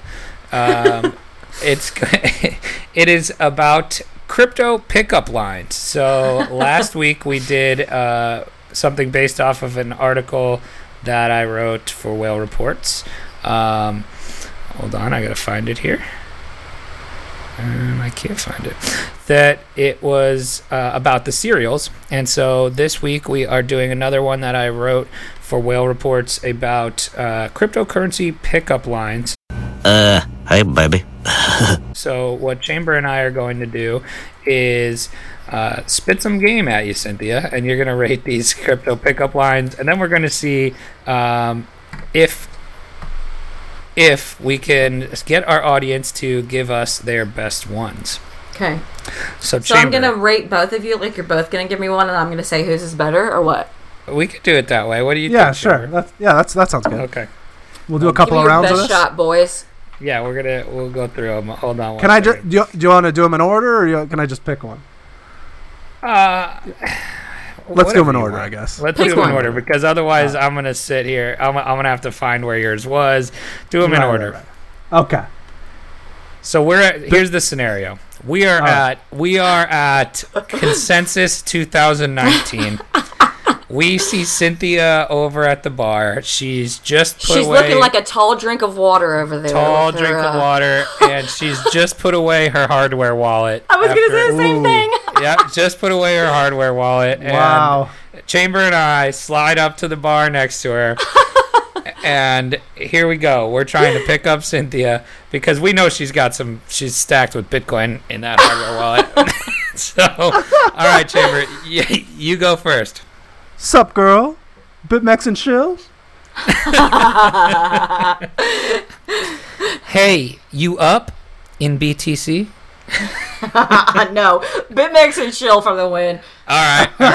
Speaker 1: Um, it's [LAUGHS] it is about crypto pickup lines. So last week we did uh, something based off of an article that I wrote for Whale Reports. Um, hold on, I gotta find it here. Um, I can't find it. That it was uh, about the cereals, and so this week we are doing another one that I wrote for Whale Reports about uh, cryptocurrency pickup lines.
Speaker 7: Uh, hey, baby.
Speaker 1: So what Chamber and I are going to do is uh, spit some game at you, Cynthia, and you're going to rate these [LAUGHS] crypto pickup lines, and then we're going to see um, if if we can get our audience to give us their best ones.
Speaker 2: Okay.
Speaker 1: So,
Speaker 2: So I'm
Speaker 1: Chamber,
Speaker 2: gonna rate both of you. Like you're both gonna give me one, and I'm gonna say whose is better or what.
Speaker 1: we could do it that way. What do you
Speaker 3: yeah,
Speaker 1: think?
Speaker 3: sure.
Speaker 1: Chamber?
Speaker 3: That's, yeah, that's that sounds good.
Speaker 1: Okay.
Speaker 3: We'll do a
Speaker 2: Give me
Speaker 3: couple of
Speaker 2: your
Speaker 3: rounds of
Speaker 2: best
Speaker 3: this.
Speaker 2: shot, boys.
Speaker 1: Yeah, we're gonna we'll go through them. Hold on. one
Speaker 3: Can I
Speaker 1: second.
Speaker 3: just do you, do you want to do them in order, or you, can I just pick one?
Speaker 1: Uh,
Speaker 3: Let's
Speaker 1: whatever
Speaker 3: do them in
Speaker 1: you
Speaker 3: order,
Speaker 1: want.
Speaker 3: I guess.
Speaker 1: Let's
Speaker 2: Pick
Speaker 1: do them
Speaker 2: one.
Speaker 1: in order because otherwise
Speaker 3: Uh.
Speaker 1: I'm gonna sit here. I'm, I'm gonna have to find where yours was. Do them in
Speaker 3: Right, right,
Speaker 1: order.
Speaker 3: right. Okay.
Speaker 1: So we're at, here's the scenario. We
Speaker 3: Uh.
Speaker 1: are
Speaker 3: All right. [LAUGHS]
Speaker 1: at we are at consensus 2019. we see Cynthia over at the bar. She's just put
Speaker 2: She's
Speaker 1: away
Speaker 2: looking like a tall drink of water over there.
Speaker 1: tall
Speaker 2: with her,
Speaker 1: drink of
Speaker 2: uh,
Speaker 1: water, and she's just put away her hardware wallet.
Speaker 2: [LAUGHS] I was gonna say the same
Speaker 3: Ooh. [LAUGHS]
Speaker 2: thing. [LAUGHS]
Speaker 1: yeah, just put away her hardware wallet. And
Speaker 3: Wow.
Speaker 1: Chamber and I slide up to the bar next to her. and here we go. We're trying to pick up Cynthia because we know she's got some, she's stacked with Bitcoin in that hardware wallet. [LAUGHS] so, all right, Chamber, you, you go first.
Speaker 3: Sup, girl? Bitmex and chill?
Speaker 1: Hey, you up in BTC?
Speaker 2: Uh, no, Bitmex and chill from the win.
Speaker 1: All right, all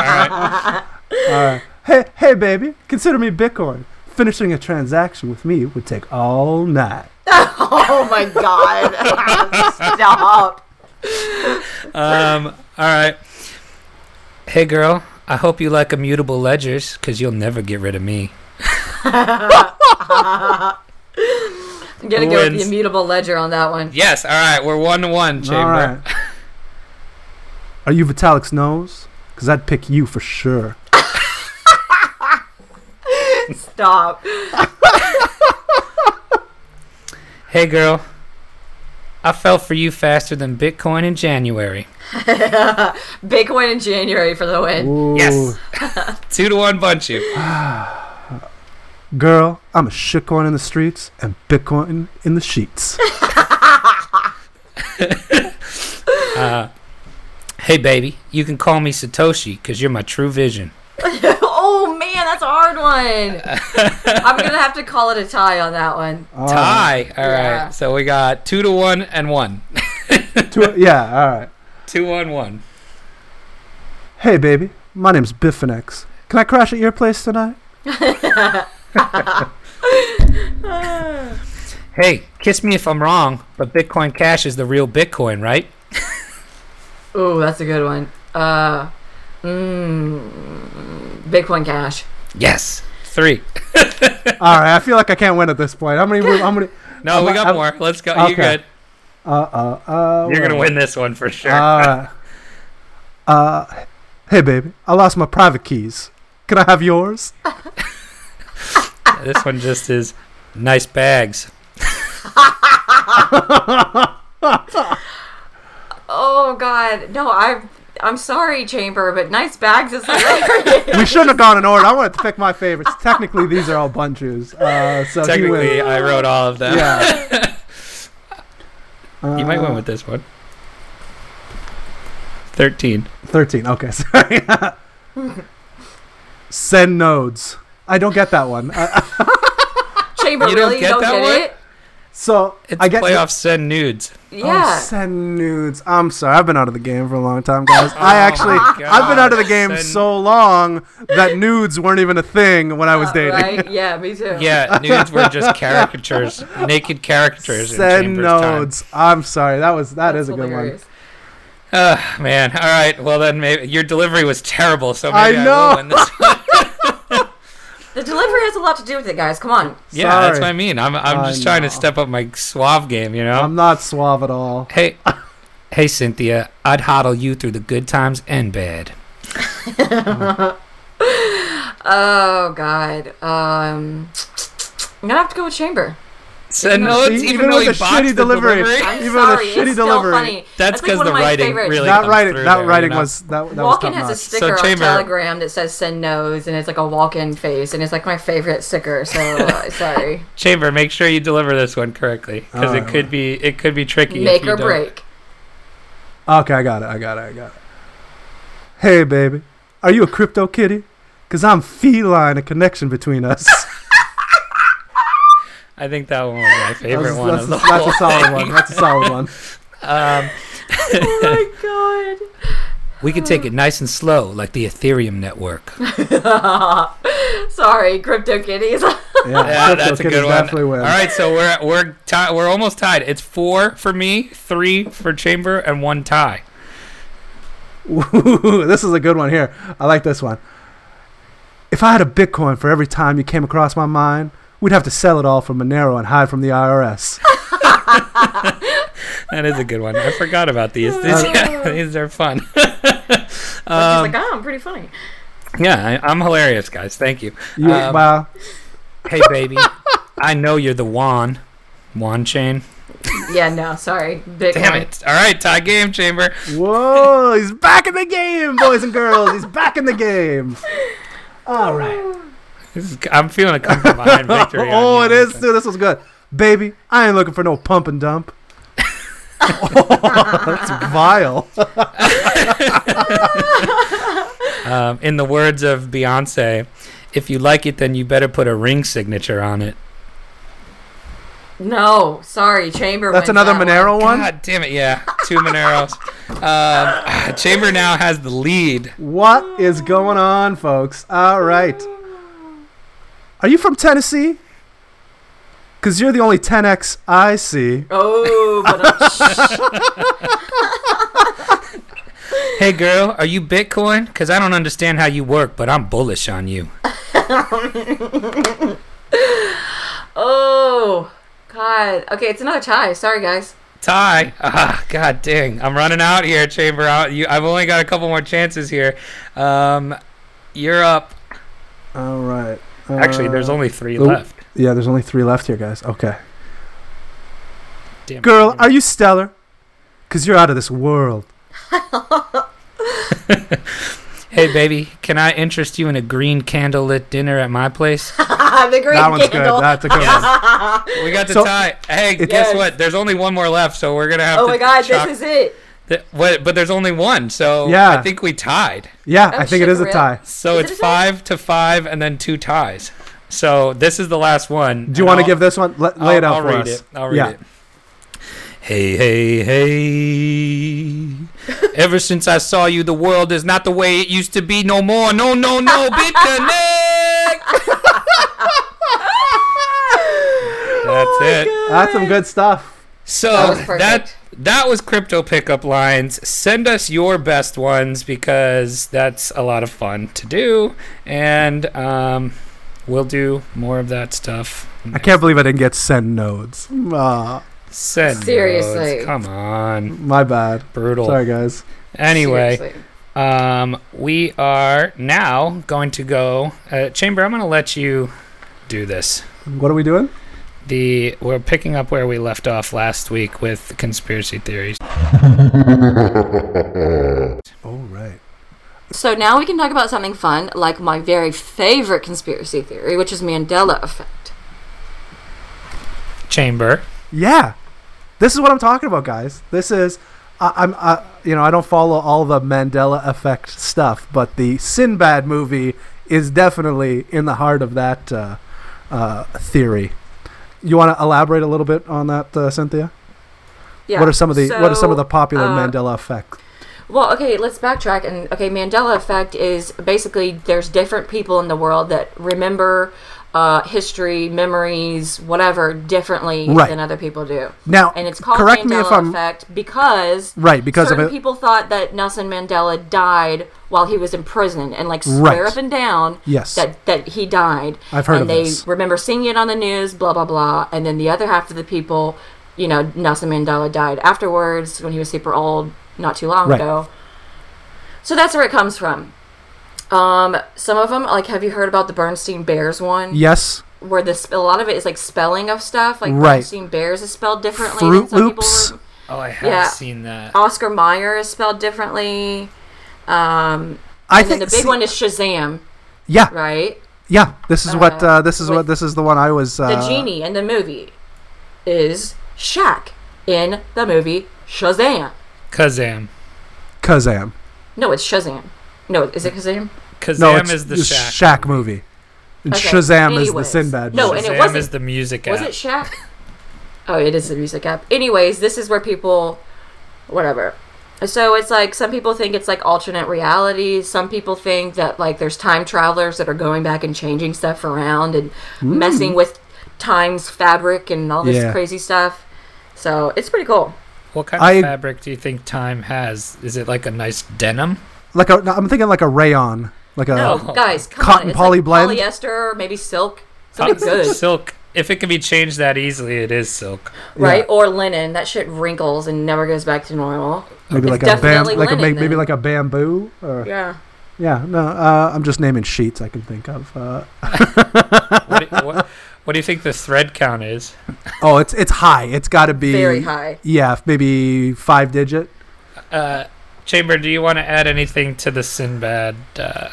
Speaker 1: right, all right.
Speaker 3: Hey, hey, baby, consider me Bitcoin. Finishing a transaction with me would take all night.
Speaker 2: Oh my [LAUGHS] god! Stop.
Speaker 1: Um, all right. Hey, girl. I hope you like immutable ledgers, cause you'll never get rid of me.
Speaker 2: I'm gonna go with
Speaker 1: Wins.
Speaker 2: the immutable ledger on that one.
Speaker 1: Yes. All right. We're one to one, Chamber.
Speaker 3: All right. Are you Vitalik's nose? Because I'd pick you for sure.
Speaker 2: Stop. [LAUGHS]
Speaker 1: Hey, girl. I fell for you faster than Bitcoin in January.
Speaker 2: Bitcoin in January for the win.
Speaker 3: Ooh.
Speaker 1: Yes. Two to one, bunch
Speaker 3: [LAUGHS]
Speaker 1: you.
Speaker 3: Girl, I'm a shitcoin in the streets and Bitcoin in
Speaker 1: [LAUGHS]
Speaker 3: the sheets.
Speaker 1: Uh, Hey, baby. You can call me Satoshi, cause you're my true vision.
Speaker 2: [LAUGHS] Oh man, that's a
Speaker 1: [LAUGHS]
Speaker 2: hard one. I'm gonna have to call it a tie on that one.
Speaker 3: All right.
Speaker 1: Tie. All right.
Speaker 2: Yeah.
Speaker 1: So we got two to one and one.
Speaker 3: Two- yeah, all right.
Speaker 1: two on one.
Speaker 3: Hey, baby, my name's Bifinex. Can I crash at your
Speaker 1: [LAUGHS]
Speaker 3: place tonight?
Speaker 1: Hey, kiss me if I'm wrong, but Bitcoin Cash is the real Bitcoin, right?
Speaker 2: Ooh, that's a good one. Uh, mm, Bitcoin Cash.
Speaker 1: Yes. Three.
Speaker 3: All right, I feel like I can't win at this point. How many? How many?
Speaker 1: No, we
Speaker 3: I'm-
Speaker 1: got
Speaker 3: I'm-
Speaker 1: more. Let's go.
Speaker 3: Okay.
Speaker 1: You're good.
Speaker 3: Uh, uh, uh.
Speaker 1: You're gonna
Speaker 3: whatever.
Speaker 1: win this one for sure.
Speaker 3: Uh, uh, hey, baby, I lost my private keys. Can I have yours?
Speaker 1: this one just is nice bags.
Speaker 2: Oh god, no, I. I'm sorry, Chamber, but nice bags
Speaker 1: [LAUGHS]
Speaker 2: is hilarious.
Speaker 3: We shouldn't have gone in order. I wanted to pick my favorites. Technically, these are all bunches. Uh, so if you win-
Speaker 1: Technically, I wrote all of them.
Speaker 3: yeah.
Speaker 1: [LAUGHS] You might win with this one. Thirteen.
Speaker 3: Uh, Thirteen. Okay, [LAUGHS] sorry. Send nodes. I don't get that one. Uh, [LAUGHS]
Speaker 2: Chamber,
Speaker 1: You don't
Speaker 2: really?
Speaker 1: get
Speaker 2: you don't
Speaker 1: that
Speaker 2: get
Speaker 1: one?
Speaker 2: it?
Speaker 3: so
Speaker 1: It's
Speaker 3: I get
Speaker 1: playoff send nudes.
Speaker 2: Yeah.
Speaker 3: Oh, send nudes. I'm sorry. I've been out of the game for a long time, guys. I
Speaker 1: Oh
Speaker 3: actually,
Speaker 1: my
Speaker 3: I've been out of the
Speaker 1: God.
Speaker 3: game
Speaker 1: Send-
Speaker 3: so long that nudes weren't even a thing when I was dating.
Speaker 2: Uh, Right? Yeah, me too.
Speaker 3: [LAUGHS]
Speaker 1: Yeah, nudes were just caricatures, naked caricatures. in
Speaker 3: Send
Speaker 1: Chambers
Speaker 3: nodes. I'm sorry. That was that is
Speaker 2: That's
Speaker 3: a good one.
Speaker 2: hilarious.
Speaker 1: Time. Ugh, man. All right. Well, then maybe your delivery was terrible. So
Speaker 3: I
Speaker 1: maybe I,
Speaker 3: know.
Speaker 1: will win this.
Speaker 3: [LAUGHS]
Speaker 1: One.
Speaker 2: The delivery has a lot to do with it, guys. Come on.
Speaker 1: Yeah, that's
Speaker 3: Sorry.
Speaker 1: what I mean. I'm I'm
Speaker 3: I
Speaker 1: just trying
Speaker 3: know.
Speaker 1: to step up my suave game. You know.
Speaker 3: I'm not suave at all.
Speaker 1: hey, hey, Cynthia. I'd hodl you through the good times and bad.
Speaker 2: Oh god. Um, I'm gonna have to go with Chamber.
Speaker 1: Said
Speaker 2: Even
Speaker 1: no,
Speaker 2: though-
Speaker 1: it's
Speaker 3: See,
Speaker 1: even though he
Speaker 3: with a
Speaker 1: botched
Speaker 3: shitty
Speaker 1: the
Speaker 3: delivery.
Speaker 1: delivery.
Speaker 3: [LAUGHS]
Speaker 2: I'm
Speaker 3: Even with a
Speaker 2: sorry,
Speaker 3: shitty
Speaker 2: it's still
Speaker 3: delivery.
Speaker 2: funny.
Speaker 1: That's
Speaker 2: like
Speaker 1: because
Speaker 2: one
Speaker 1: the
Speaker 2: of my
Speaker 1: writing
Speaker 2: favorites.
Speaker 1: really
Speaker 3: that
Speaker 1: comes
Speaker 3: writing,
Speaker 1: through
Speaker 3: that
Speaker 1: there,
Speaker 3: writing
Speaker 1: you know?
Speaker 3: was that, that was
Speaker 2: Walken
Speaker 3: top
Speaker 2: has a
Speaker 3: notch.
Speaker 2: sticker on
Speaker 1: Chamber-
Speaker 2: Telegram that says "Send No's" and it's like a walk-in face, and it's like my favorite sticker.
Speaker 1: [LAUGHS]
Speaker 2: So uh, sorry,
Speaker 1: Chamber, make sure you deliver this one correctly because
Speaker 3: All
Speaker 1: it
Speaker 3: right.
Speaker 1: could be it could be tricky. if
Speaker 2: make
Speaker 1: you
Speaker 2: or
Speaker 1: don't.
Speaker 2: break.
Speaker 3: Okay, I got it. I got it. I got it. Hey, baby, are you a crypto kitty? Cause I'm feline. A connection between us.
Speaker 1: I think that one was my favorite
Speaker 3: that's,
Speaker 1: one
Speaker 3: that's,
Speaker 1: of the
Speaker 3: that's
Speaker 1: whole
Speaker 3: a solid
Speaker 1: thing.
Speaker 3: one. That's a solid one.
Speaker 1: [LAUGHS] Um,
Speaker 2: [LAUGHS] Oh my
Speaker 1: we can take it nice and slow, like the Ethereum network.
Speaker 2: god! [LAUGHS] Sorry, Crypto Kitties. [LAUGHS]
Speaker 3: Yeah,
Speaker 1: Yeah,
Speaker 3: crypto
Speaker 1: that's a
Speaker 3: kitties
Speaker 1: good one.
Speaker 3: Definitely win.
Speaker 1: All right, so we're we're ti- we're almost tied. It's four for me, three for Chamber, and one tie.
Speaker 3: Ooh, [LAUGHS] this is a good one here. I like this one. If I had a Bitcoin for every time you came across my mind, we'd have to sell it all for Monero and hide from
Speaker 1: [LAUGHS]
Speaker 3: the IRS.
Speaker 1: That is a good one. I
Speaker 3: Uh,
Speaker 1: [LAUGHS] forgot about these. These, these are fun. Um,
Speaker 2: She's like, oh, I'm pretty funny.
Speaker 1: Yeah, I, I'm hilarious, guys. Thank you.
Speaker 3: You,
Speaker 1: Um,
Speaker 3: well,
Speaker 1: Hey,
Speaker 3: [LAUGHS]
Speaker 1: baby. I know you're the Juan. Juan chain.
Speaker 2: Yeah, no, sorry. Big
Speaker 1: Damn
Speaker 2: one.
Speaker 1: it. All right, tie game chamber. [LAUGHS]
Speaker 3: whoa, he's back in the game, boys and girls. He's back in the game. All right.
Speaker 1: This is, I'm feeling a come from behind [LAUGHS] victory. on
Speaker 3: [LAUGHS] oh,
Speaker 1: you.
Speaker 3: it is too. This was good, baby. I ain't looking for no pump
Speaker 1: [LAUGHS]
Speaker 3: and dump. [LAUGHS] Oh, that's vile.
Speaker 1: Um, in the words of Beyonce, if you like it, then you better put a ring signature on it.
Speaker 2: No, sorry, Chamber.
Speaker 3: That's
Speaker 2: wins
Speaker 3: another
Speaker 2: that
Speaker 3: Monero one.
Speaker 1: God damn it. Yeah, two Moneros. um, [SIGHS] chamber now has the lead.
Speaker 3: What is going on, folks? All right. Are you from Tennessee? Cause you're the only 10x I see.
Speaker 2: Oh,
Speaker 3: [LAUGHS]
Speaker 2: but
Speaker 1: Hey, girl, are you Bitcoin? Because I don't understand how you work, but I'm bullish on you.
Speaker 2: oh, God. Okay, it's another tie. Sorry, guys. [LAUGHS]
Speaker 1: Ty, [LAUGHS] ah, god dang, I'm running out here, Chamber. I, you, I've only got a couple more chances here. Um, you're up.
Speaker 3: All right.
Speaker 1: Actually, there's
Speaker 3: Uh,
Speaker 1: only three
Speaker 3: nope.
Speaker 1: left.
Speaker 3: yeah, there's only three left here, guys. Okay.
Speaker 1: Damn it.
Speaker 3: Girl, are you stellar? Cause you're out of this world.
Speaker 1: Hey, baby, can I interest you in a green candlelit dinner at my place?
Speaker 2: the great
Speaker 3: that one's
Speaker 2: candle.
Speaker 3: good. That's a good one.
Speaker 1: We got the
Speaker 3: So-
Speaker 1: tie. Hey, guess
Speaker 2: Yes.
Speaker 1: what? There's only one more left, so we're gonna have
Speaker 2: Oh
Speaker 1: to.
Speaker 2: my God,
Speaker 1: chalk-
Speaker 2: this is it.
Speaker 1: th- what- but there's only one, so
Speaker 3: Yeah.
Speaker 1: I think we tied.
Speaker 3: Yeah,
Speaker 2: Oh,
Speaker 3: I think it
Speaker 2: shit,
Speaker 3: is a
Speaker 2: for real?
Speaker 3: tie.
Speaker 1: So
Speaker 2: Is it
Speaker 1: it's
Speaker 2: a tie?
Speaker 1: five to five, and then two ties. So this is the last one.
Speaker 3: Do you want to give this one? Let, lay it out
Speaker 1: I'll
Speaker 3: for
Speaker 1: read
Speaker 3: us.
Speaker 1: It. I'll read
Speaker 3: Yeah.
Speaker 1: it. Hey, hey,
Speaker 2: [LAUGHS]
Speaker 1: hey. Ever since I saw you, the world is not the way it used to be no more. No, no,
Speaker 2: [LAUGHS]
Speaker 1: no, BitConnect! That's it.
Speaker 3: That's some good stuff.
Speaker 1: So
Speaker 2: Oh That was perfect.
Speaker 1: that that was crypto pickup lines. Send us your best ones because that's a lot of fun to do, and um, we'll do more of that stuff.
Speaker 3: I can't believe I didn't get send nodes. Ah,
Speaker 1: Send
Speaker 2: Seriously.
Speaker 1: notes. come on,
Speaker 3: my bad.
Speaker 1: brutal.
Speaker 3: Sorry, guys.
Speaker 1: Anyway,
Speaker 2: Seriously.
Speaker 1: um, we are now going to go. Uh, Chamber, I'm going to let you do this.
Speaker 3: What are we doing?
Speaker 1: The we're picking up where we left off last week with conspiracy theories.
Speaker 3: Oh, right.
Speaker 2: So now we can talk about something fun, like my very favorite conspiracy theory, which is Mandela effect.
Speaker 1: Chamber,
Speaker 3: Yeah, this is what I'm talking about, guys. This is, I, I'm, I, you know, I don't follow all the Mandela effect stuff, but the Sinbad movie is definitely in the heart of that uh, uh, theory. You want to elaborate a little bit on that, uh, Cynthia?
Speaker 2: Yeah.
Speaker 3: What are some of the What are some of
Speaker 2: so-
Speaker 3: the popular
Speaker 2: uh,
Speaker 3: Mandela effects?
Speaker 2: Well, okay, let's backtrack and okay, Mandela effect is basically there's different people in the world that remember uh, history, memories, whatever differently
Speaker 3: Right.
Speaker 2: than other people do.
Speaker 3: Now,
Speaker 2: And it's called
Speaker 3: correct
Speaker 2: Mandela
Speaker 3: me if I'm
Speaker 2: effect because
Speaker 3: right because of
Speaker 2: certain
Speaker 3: it.
Speaker 2: people thought that Nelson Mandela died while he was in prison and like
Speaker 3: Right.
Speaker 2: swear up and down
Speaker 3: Yes.
Speaker 2: that that he died.
Speaker 3: I've heard
Speaker 2: and
Speaker 3: of
Speaker 2: they
Speaker 3: this.
Speaker 2: remember seeing it on the news, blah blah blah. And then the other half of the people, you know, Nelson Mandela died afterwards when he was super old, not too long
Speaker 3: Right.
Speaker 2: ago. So that's where it comes from. Um, some of them, like, have you heard about the Bernstein Bears one?
Speaker 3: Yes,
Speaker 2: Where this a lot of it is like spelling of stuff. Like
Speaker 3: Right.
Speaker 2: Bernstein Bears is spelled differently. than
Speaker 3: Fruit
Speaker 2: some
Speaker 3: Loops.
Speaker 2: People were-
Speaker 1: oh, I have
Speaker 2: Yeah.
Speaker 1: seen that.
Speaker 2: Oscar Meyer is spelled differently. Um,
Speaker 3: I
Speaker 2: and then
Speaker 3: think
Speaker 2: the big
Speaker 3: see-
Speaker 2: one is Shazam,
Speaker 3: Yeah,
Speaker 2: right?
Speaker 3: Yeah, this is what uh, this is
Speaker 2: with
Speaker 3: what this is the one I was. Uh,
Speaker 2: The genie in the movie is Shaq in the movie Shazam.
Speaker 1: Kazam.
Speaker 3: Kazam.
Speaker 2: No, it's Shazam. No, is it Kazam?
Speaker 1: Kazam
Speaker 3: No, it's,
Speaker 1: is the
Speaker 3: it's
Speaker 1: Shaq.
Speaker 3: Shaq movie. And
Speaker 2: Okay,
Speaker 3: Shazam is the
Speaker 2: anyways.
Speaker 3: Sinbad.
Speaker 2: No,
Speaker 3: movie.
Speaker 2: and it
Speaker 1: Shazam
Speaker 2: wasn't-
Speaker 1: is the music
Speaker 2: Was
Speaker 1: app.
Speaker 2: it Shaq? oh, it is the music app. Anyways, this is where people, whatever. So it's like some people think it's like alternate realities. Some people think that like there's time travelers that are going back and changing stuff around and messing with time's fabric and all this
Speaker 3: Hmm. Yeah.
Speaker 2: crazy stuff. So it's pretty cool.
Speaker 1: what kind
Speaker 3: I-
Speaker 1: of fabric do you think time has? Is it like a nice denim?
Speaker 3: like a, no, I'm thinking like a rayon, like a
Speaker 2: No, guys, come
Speaker 3: Uh, Cotton
Speaker 2: on. It's
Speaker 3: poly
Speaker 2: like
Speaker 3: blend?
Speaker 2: polyester, maybe silk, something
Speaker 1: Cotton-
Speaker 2: good,
Speaker 1: Uh, Silk. If it can be changed that easily, it is
Speaker 3: [LAUGHS]
Speaker 1: silk.
Speaker 2: right? Or linen. That shit wrinkles and never goes back to normal.
Speaker 3: maybe
Speaker 2: It's
Speaker 3: like a bam,
Speaker 2: definitely
Speaker 3: like a,
Speaker 2: linen,
Speaker 3: maybe
Speaker 2: then.
Speaker 3: like a bamboo. Or,
Speaker 2: Yeah.
Speaker 3: Yeah, no, uh, I'm just naming sheets I can think of. Uh,
Speaker 1: What do, what, what do you think the thread count is?
Speaker 3: oh, it's it's high. It's got to be
Speaker 2: Very high.
Speaker 3: Yeah, maybe five digit.
Speaker 1: Uh, Chamber, do you want to add anything to the Sinbad uh,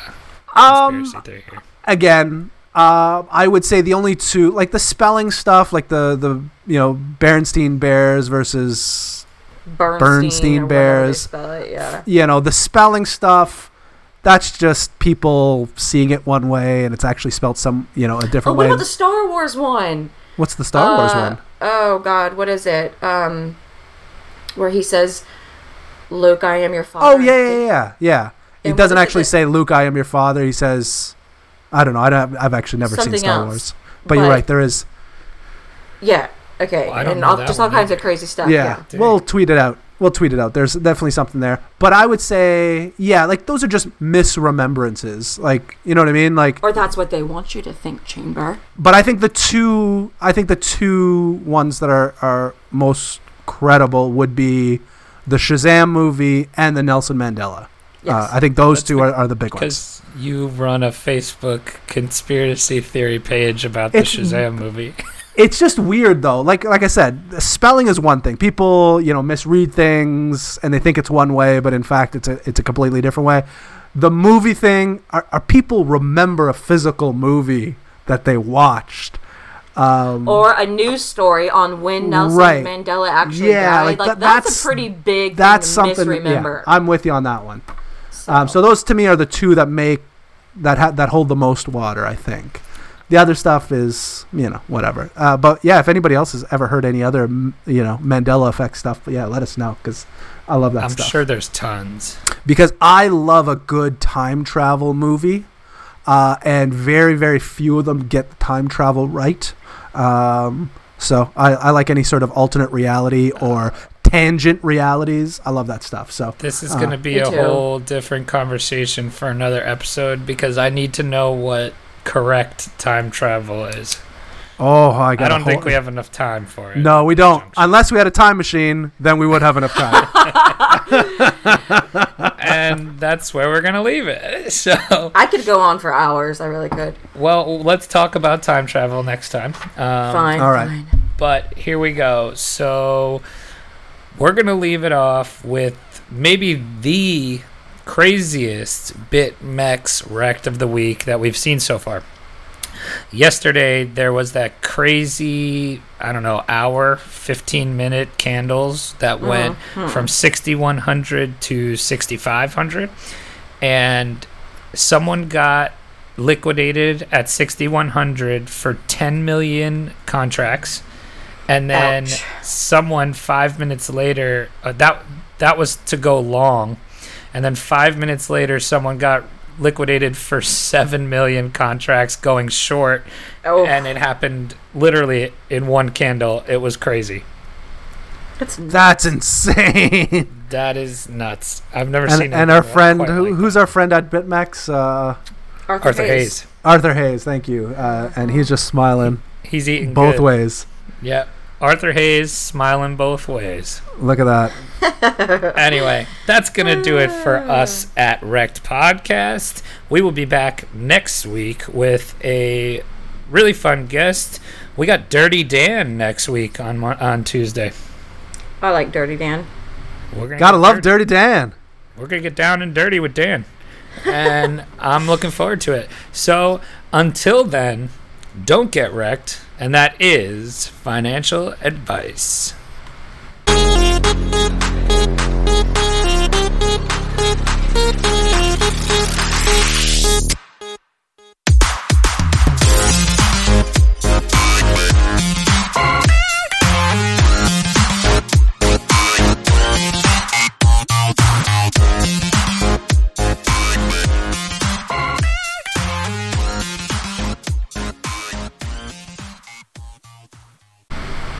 Speaker 3: Um,
Speaker 1: conspiracy theory here?
Speaker 3: again, uh, I would say the only two, like the spelling stuff, like the the you know Bernstein Bears versus
Speaker 2: Bernstein,
Speaker 3: Bernstein
Speaker 2: or whatever they
Speaker 3: Bears.
Speaker 2: Spell it, yeah.
Speaker 3: you know the spelling stuff. That's just people seeing it one way, and it's actually spelled some you know a
Speaker 2: Oh,
Speaker 3: different
Speaker 2: what
Speaker 3: way.
Speaker 2: about the Star Wars one?
Speaker 3: What's the Star Wars
Speaker 2: Uh,
Speaker 3: one?
Speaker 2: Oh God, what is it? Um, where he says, "Luke, I am your father."
Speaker 3: Oh yeah, yeah, yeah, yeah, yeah. He
Speaker 2: And what
Speaker 3: doesn't
Speaker 2: is it
Speaker 3: actually
Speaker 2: that-
Speaker 3: say, "Luke, I am your father." He says, "I don't know. I don't, I've actually never seen
Speaker 2: Something
Speaker 3: Star
Speaker 2: else,
Speaker 3: Wars." But, you're
Speaker 2: but-
Speaker 3: right. There is.
Speaker 2: Yeah. Okay.
Speaker 1: I don't
Speaker 2: and
Speaker 1: know
Speaker 2: all,
Speaker 1: that
Speaker 2: just all
Speaker 1: one
Speaker 2: kinds of crazy stuff.
Speaker 3: yeah,
Speaker 2: Yeah.
Speaker 1: yeah.
Speaker 3: we'll tweet it out. We'll tweet it out. There's definitely something there. But I would say, yeah, like those are just misremembrances. Like you know what I mean? Like,
Speaker 2: Or that's what they want you to think, Chamber.
Speaker 3: but I think the two, I think the two ones that are are most credible would be the Shazam movie and the Nelson Mandela. Uh,
Speaker 2: Yes.
Speaker 3: I think those
Speaker 1: That's
Speaker 3: two are, are the big
Speaker 1: Because
Speaker 3: ones.
Speaker 1: you run a Facebook conspiracy theory page about the
Speaker 3: It's-
Speaker 1: Shazam movie.
Speaker 3: it's just weird though. Like like I said, the spelling is one thing. People you know misread things and they think it's one way, but in fact it's a it's a completely different way. The movie thing are, are people remember a physical movie that they watched. Um,
Speaker 2: or a news story on when Nelson
Speaker 3: Right.
Speaker 2: Mandela actually
Speaker 3: Yeah,
Speaker 2: died.
Speaker 3: like,
Speaker 2: Like,
Speaker 3: that-
Speaker 2: that's,
Speaker 3: that's-
Speaker 2: a pretty big
Speaker 3: that's
Speaker 2: thing to
Speaker 3: something. Yeah,
Speaker 2: misremember.
Speaker 3: I'm with you on that one.
Speaker 2: so,
Speaker 3: Um, so those to me are the two that make that ha- that hold the most water. I think. The other stuff is you know whatever. Uh, but yeah, if anybody else has ever heard any other m- you know Mandela effect stuff, yeah, let us know because I love that
Speaker 1: I'm
Speaker 3: stuff.
Speaker 1: sure there's tons.
Speaker 3: Because I love a good time travel movie, uh, and very very few of them get time travel right. Um, so I, I like any sort of alternate reality or tangent realities. I love that stuff. So
Speaker 1: This is
Speaker 3: Uh,
Speaker 1: going to be
Speaker 2: Me
Speaker 1: a
Speaker 2: too.
Speaker 1: whole different conversation for another episode because I need to know what correct time travel is.
Speaker 3: oh, I got.
Speaker 1: I
Speaker 3: a
Speaker 1: don't
Speaker 3: whole-
Speaker 1: think we have enough time for it.
Speaker 3: No, we don't.
Speaker 1: Junction.
Speaker 3: Unless we had a time machine, then we would have
Speaker 1: [LAUGHS]
Speaker 3: enough time. [LAUGHS]
Speaker 1: and that's where we're going to leave it. [LAUGHS] So,
Speaker 2: I could go on for hours. I really could.
Speaker 1: well, let's talk about time travel next time. Um,
Speaker 2: fine.
Speaker 3: all right.
Speaker 2: Fine.
Speaker 1: But here we go. So, we're going to leave it off with maybe the craziest bit mex wrecked of the week that we've seen so far. Yesterday, there was that crazy, I don't know, hour, 15 minute candles that
Speaker 2: Uh-huh.
Speaker 1: went
Speaker 2: Mm-hmm. Hmm.
Speaker 1: from 6,100 to 6,500. And someone got liquidated at 6,100 for 10 million contracts. And then
Speaker 2: Ouch.
Speaker 1: someone five minutes later, uh, that, that was to go long. And then five minutes later, someone got liquidated for 7 million contracts going short
Speaker 2: Oh,
Speaker 1: and it happened literally in one candle. It was crazy.
Speaker 2: that's
Speaker 3: That's insane.
Speaker 1: That is nuts. I've never seen.
Speaker 3: and and our
Speaker 1: anything
Speaker 3: friend,
Speaker 1: quite
Speaker 3: who,
Speaker 1: like
Speaker 3: who's our friend at Bitmax? Uh,
Speaker 2: Arthur,
Speaker 1: Arthur Hayes.
Speaker 3: Arthur Hayes. Thank you. Uh, and he's just smiling
Speaker 1: He's eating
Speaker 3: both
Speaker 1: good.
Speaker 3: ways.
Speaker 1: Yeah, Arthur Hayes smiling both [LAUGHS] ways.
Speaker 3: Look at that.
Speaker 1: anyway, that's gonna do it for us at Wrecked Podcast. We will be back next week with a really fun guest. We got Dirty Dan next week on Mon- on Tuesday.
Speaker 2: I like Dirty Dan.
Speaker 1: We're gonna
Speaker 3: Gotta
Speaker 1: get
Speaker 3: love Dirty Dan.
Speaker 1: we're gonna get down and dirty with Dan, and I'm looking forward to it. So until then, don't get wrecked, and that is financial advice.